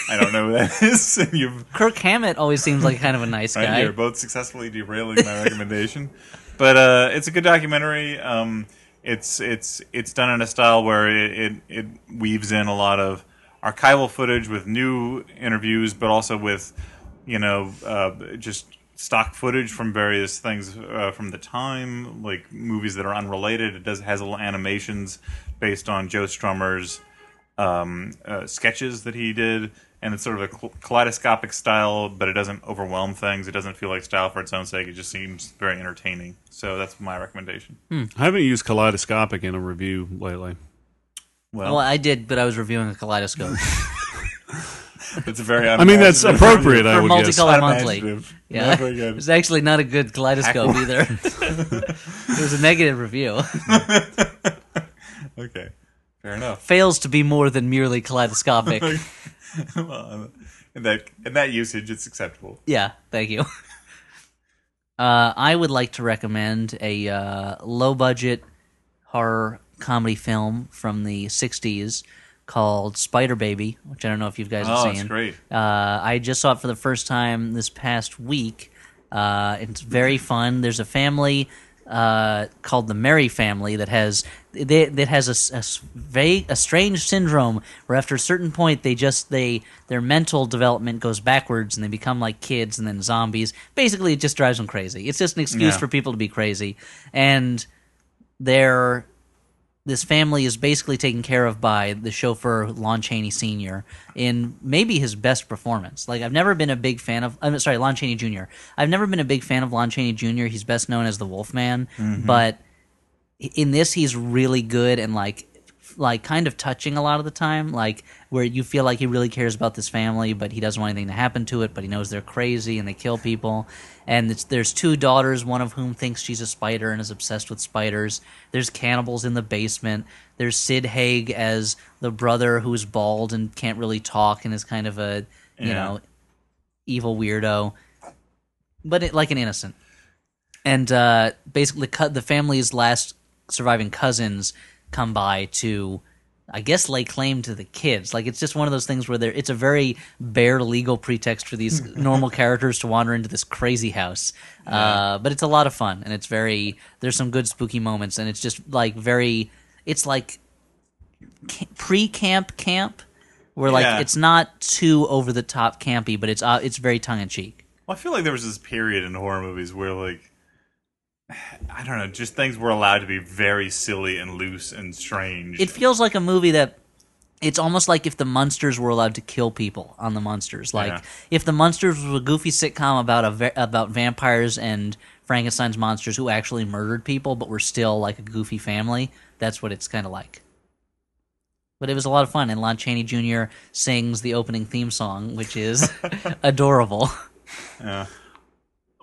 Speaker 4: I don't know who that is. And You've
Speaker 3: Kirk Hammett always seems like kind of a nice
Speaker 4: right,
Speaker 3: guy.
Speaker 4: you're both successfully derailing my recommendation. But uh, it's a good documentary. Um, it's it's it's done in a style where it, it, it weaves in a lot of archival footage with new interviews, but also with you know uh, just stock footage from various things uh, from the time, like movies that are unrelated. It does has little animations based on Joe Strummer's um, uh, sketches that he did, and it's sort of a cl- kaleidoscopic style, but it doesn't overwhelm things. It doesn't feel like style for its own sake. It just seems very entertaining. So that's my recommendation.
Speaker 3: Hmm.
Speaker 2: I haven't used kaleidoscopic in a review lately.
Speaker 4: Well,
Speaker 3: Well, I did, but I was reviewing a kaleidoscope
Speaker 4: it's a very.
Speaker 2: I mean, that's appropriate. I
Speaker 3: for
Speaker 2: would guess.
Speaker 3: Multicolor Monthly. Yeah,
Speaker 4: Yeah, very good.
Speaker 3: it's actually not a good kaleidoscope either. it was a negative review.
Speaker 4: Okay, fair enough.
Speaker 3: Fails to be more than merely kaleidoscopic.
Speaker 4: well, in that in that usage, it's acceptable.
Speaker 3: Yeah, thank you. Uh, I would like to recommend a uh, low budget horror comedy film from the 60s called Spider Baby, which I don't know if you guys have
Speaker 4: Oh,
Speaker 3: seen.
Speaker 4: it's great.
Speaker 3: Uh, I just saw it for the first time this past week. Uh, it's very fun. There's a family uh, called the Merry Family that has they, that has a, s- a s- vague, a strange syndrome where after a certain point they just they their mental development goes backwards and they become like kids and then zombies. Basically, it just drives them crazy. It's just an excuse
Speaker 4: Yeah.
Speaker 3: for people to be crazy, and they're this family is basically taken care of by the chauffeur Lon Chaney Sr. in maybe his best performance. Like I've never been a big fan of I'm sorry, Lon Chaney Jr. I've never been a big fan of Lon Chaney Jr. He's best known as the Wolfman, but in this he's really good and like like kind of touching a lot of the time like where you feel like he really cares about this family but he doesn't want anything to happen to it but he knows they're crazy and they kill people and it's, there's two daughters one of whom thinks she's a spider and is obsessed with spiders there's cannibals in the basement there's sid haig as the brother who's bald and can't really talk and is kind of a you
Speaker 4: Yeah.
Speaker 3: know evil weirdo but it, like an innocent and uh, basically cut the family's last surviving cousins come by to i guess lay claim to the kids like it's just one of those things where there it's a very bare legal pretext for these normal characters to wander into this crazy house uh, but it's a lot of fun and it's very there's some good spooky moments and it's just like very it's like ca- pre-camp camp where like
Speaker 4: Yeah.
Speaker 3: it's not too over the top campy but it's uh, it's very tongue-in-cheek
Speaker 4: Well, I feel like there was this period in horror movies where, like, I don't know, just things were allowed to be very silly and loose and strange.
Speaker 3: it feels like a movie that it's almost like if the Munsters were allowed to kill people on the Munsters. Like
Speaker 4: Yeah.
Speaker 3: if the Munsters was a goofy sitcom about a va- about vampires and Frankenstein's monsters who actually murdered people but were still like a goofy family. That's what it's kind of like. But it was a lot of fun, and Lon Chaney Jr. sings the opening theme song, which is adorable.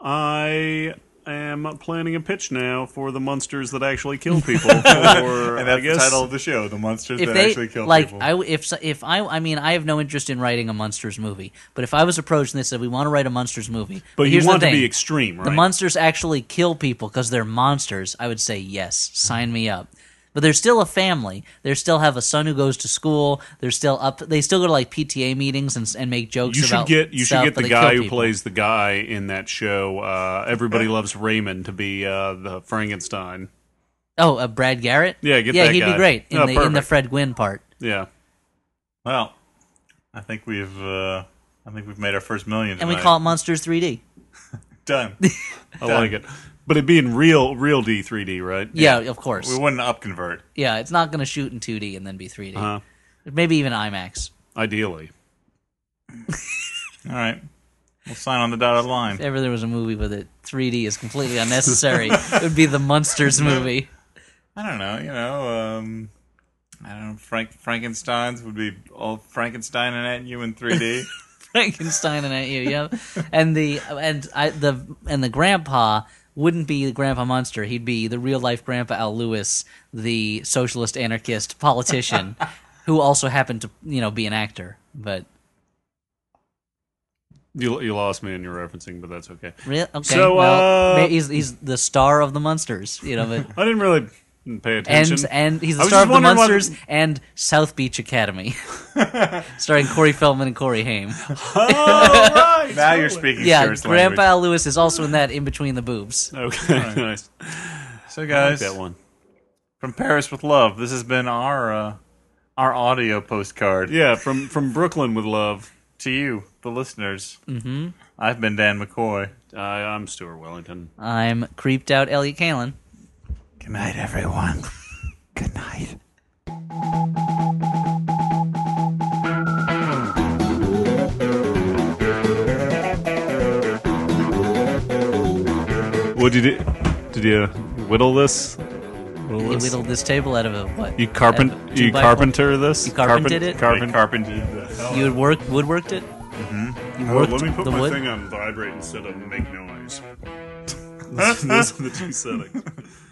Speaker 2: I am planning a pitch now for the monsters that actually kill people. Or,
Speaker 4: and
Speaker 2: I
Speaker 4: that's
Speaker 2: guess
Speaker 4: the title of the show, The Monsters
Speaker 3: if
Speaker 4: That
Speaker 3: they
Speaker 4: Actually Kill
Speaker 3: like,
Speaker 4: People.
Speaker 3: I w- if so- if I I mean I have no interest in writing a monsters movie, but if I was approached and they said we want to write a monsters movie,
Speaker 2: But you
Speaker 3: here's the
Speaker 2: want it to
Speaker 3: thing,
Speaker 2: be extreme, right?
Speaker 3: The monsters actually kill people because they're monsters. I would say yes, sign me up. But they're still a family. They still have a son who goes to school. They're still up. They still go to like PTA meetings and, and make jokes.
Speaker 2: you should
Speaker 3: about
Speaker 2: get you should
Speaker 3: stuff,
Speaker 2: get
Speaker 3: but
Speaker 2: the
Speaker 3: they kill
Speaker 2: guy who
Speaker 3: people.
Speaker 2: plays the guy in that show. Uh, Everybody loves Raymond to be uh, the Frankenstein.
Speaker 3: Oh, uh, Brad Garrett.
Speaker 2: Yeah, get
Speaker 3: yeah,
Speaker 2: that
Speaker 3: he'd
Speaker 2: guy.
Speaker 3: be great in
Speaker 2: Oh,
Speaker 3: the in the
Speaker 2: perfect.
Speaker 3: Fred Gwynn part.
Speaker 2: Yeah.
Speaker 4: Well, I think we've uh, I think we've made our first million.
Speaker 3: And we
Speaker 4: tonight.
Speaker 3: call it Monsters 3D.
Speaker 4: Done.
Speaker 2: I like it. But it'd be in real, real D, 3D, right?
Speaker 3: Yeah, of course.
Speaker 4: We wouldn't up convert.
Speaker 3: Yeah, it's not going to shoot in 2D and then be 3D.
Speaker 2: Uh-huh.
Speaker 3: Maybe even IMAX.
Speaker 2: Ideally.
Speaker 4: All right. We'll sign on the dotted line.
Speaker 3: If ever there was a movie with it, 3D is completely unnecessary. it would be the Munsters movie.
Speaker 4: I don't know. You know, um, I don't know. Frank Frankenstein's would be all Frankenstein and at you in 3D.
Speaker 3: Frankenstein and at you, yeah. And the and I the and the grandpa wouldn't be the grandpa monster. He'd be the real life grandpa Al Lewis, the socialist anarchist politician, who also happened to you know be an actor. But
Speaker 2: You, you lost me in your referencing, but that's okay.
Speaker 3: real okay,
Speaker 2: So,
Speaker 3: well,
Speaker 2: uh,
Speaker 3: may- he's he's the star of the monsters, you know. But,
Speaker 2: I didn't really pay attention.
Speaker 3: and and he's
Speaker 2: I
Speaker 3: the
Speaker 2: was
Speaker 3: star
Speaker 2: just
Speaker 3: of the
Speaker 2: wondering what-
Speaker 3: monsters and South Beach Academy, starring Corey Feldman and Corey Haim.
Speaker 2: oh, right.
Speaker 4: now you're speaking
Speaker 3: Yeah,
Speaker 4: serious
Speaker 3: Grandpa
Speaker 4: language.
Speaker 3: Al Lewis is also in that in between the boobs.
Speaker 2: Okay, nice.
Speaker 4: So, guys,
Speaker 2: That one.
Speaker 4: from Paris with love, this has been our uh, our audio postcard
Speaker 2: Yeah, from from Brooklyn with love.
Speaker 4: to you, the listeners. Mm-hmm. I've been Dan McCoy.
Speaker 2: I, Uh, I'm Stuart Wellington.
Speaker 3: I'm creeped out, Elliot Kalin.
Speaker 4: Good night, everyone. Good night.
Speaker 2: What did you do? Did you whittle this? Whittle
Speaker 3: You
Speaker 2: this?
Speaker 3: whittled this table out of a what?
Speaker 2: You carpent?
Speaker 3: out of a
Speaker 2: You
Speaker 3: two-by-four.
Speaker 2: carpenter this?
Speaker 3: You carpented it?
Speaker 2: Carpent.
Speaker 3: You would work woodworked it. Mm-hmm. You worked the wood.
Speaker 2: on vibrate instead of make noise. Those are the two settings.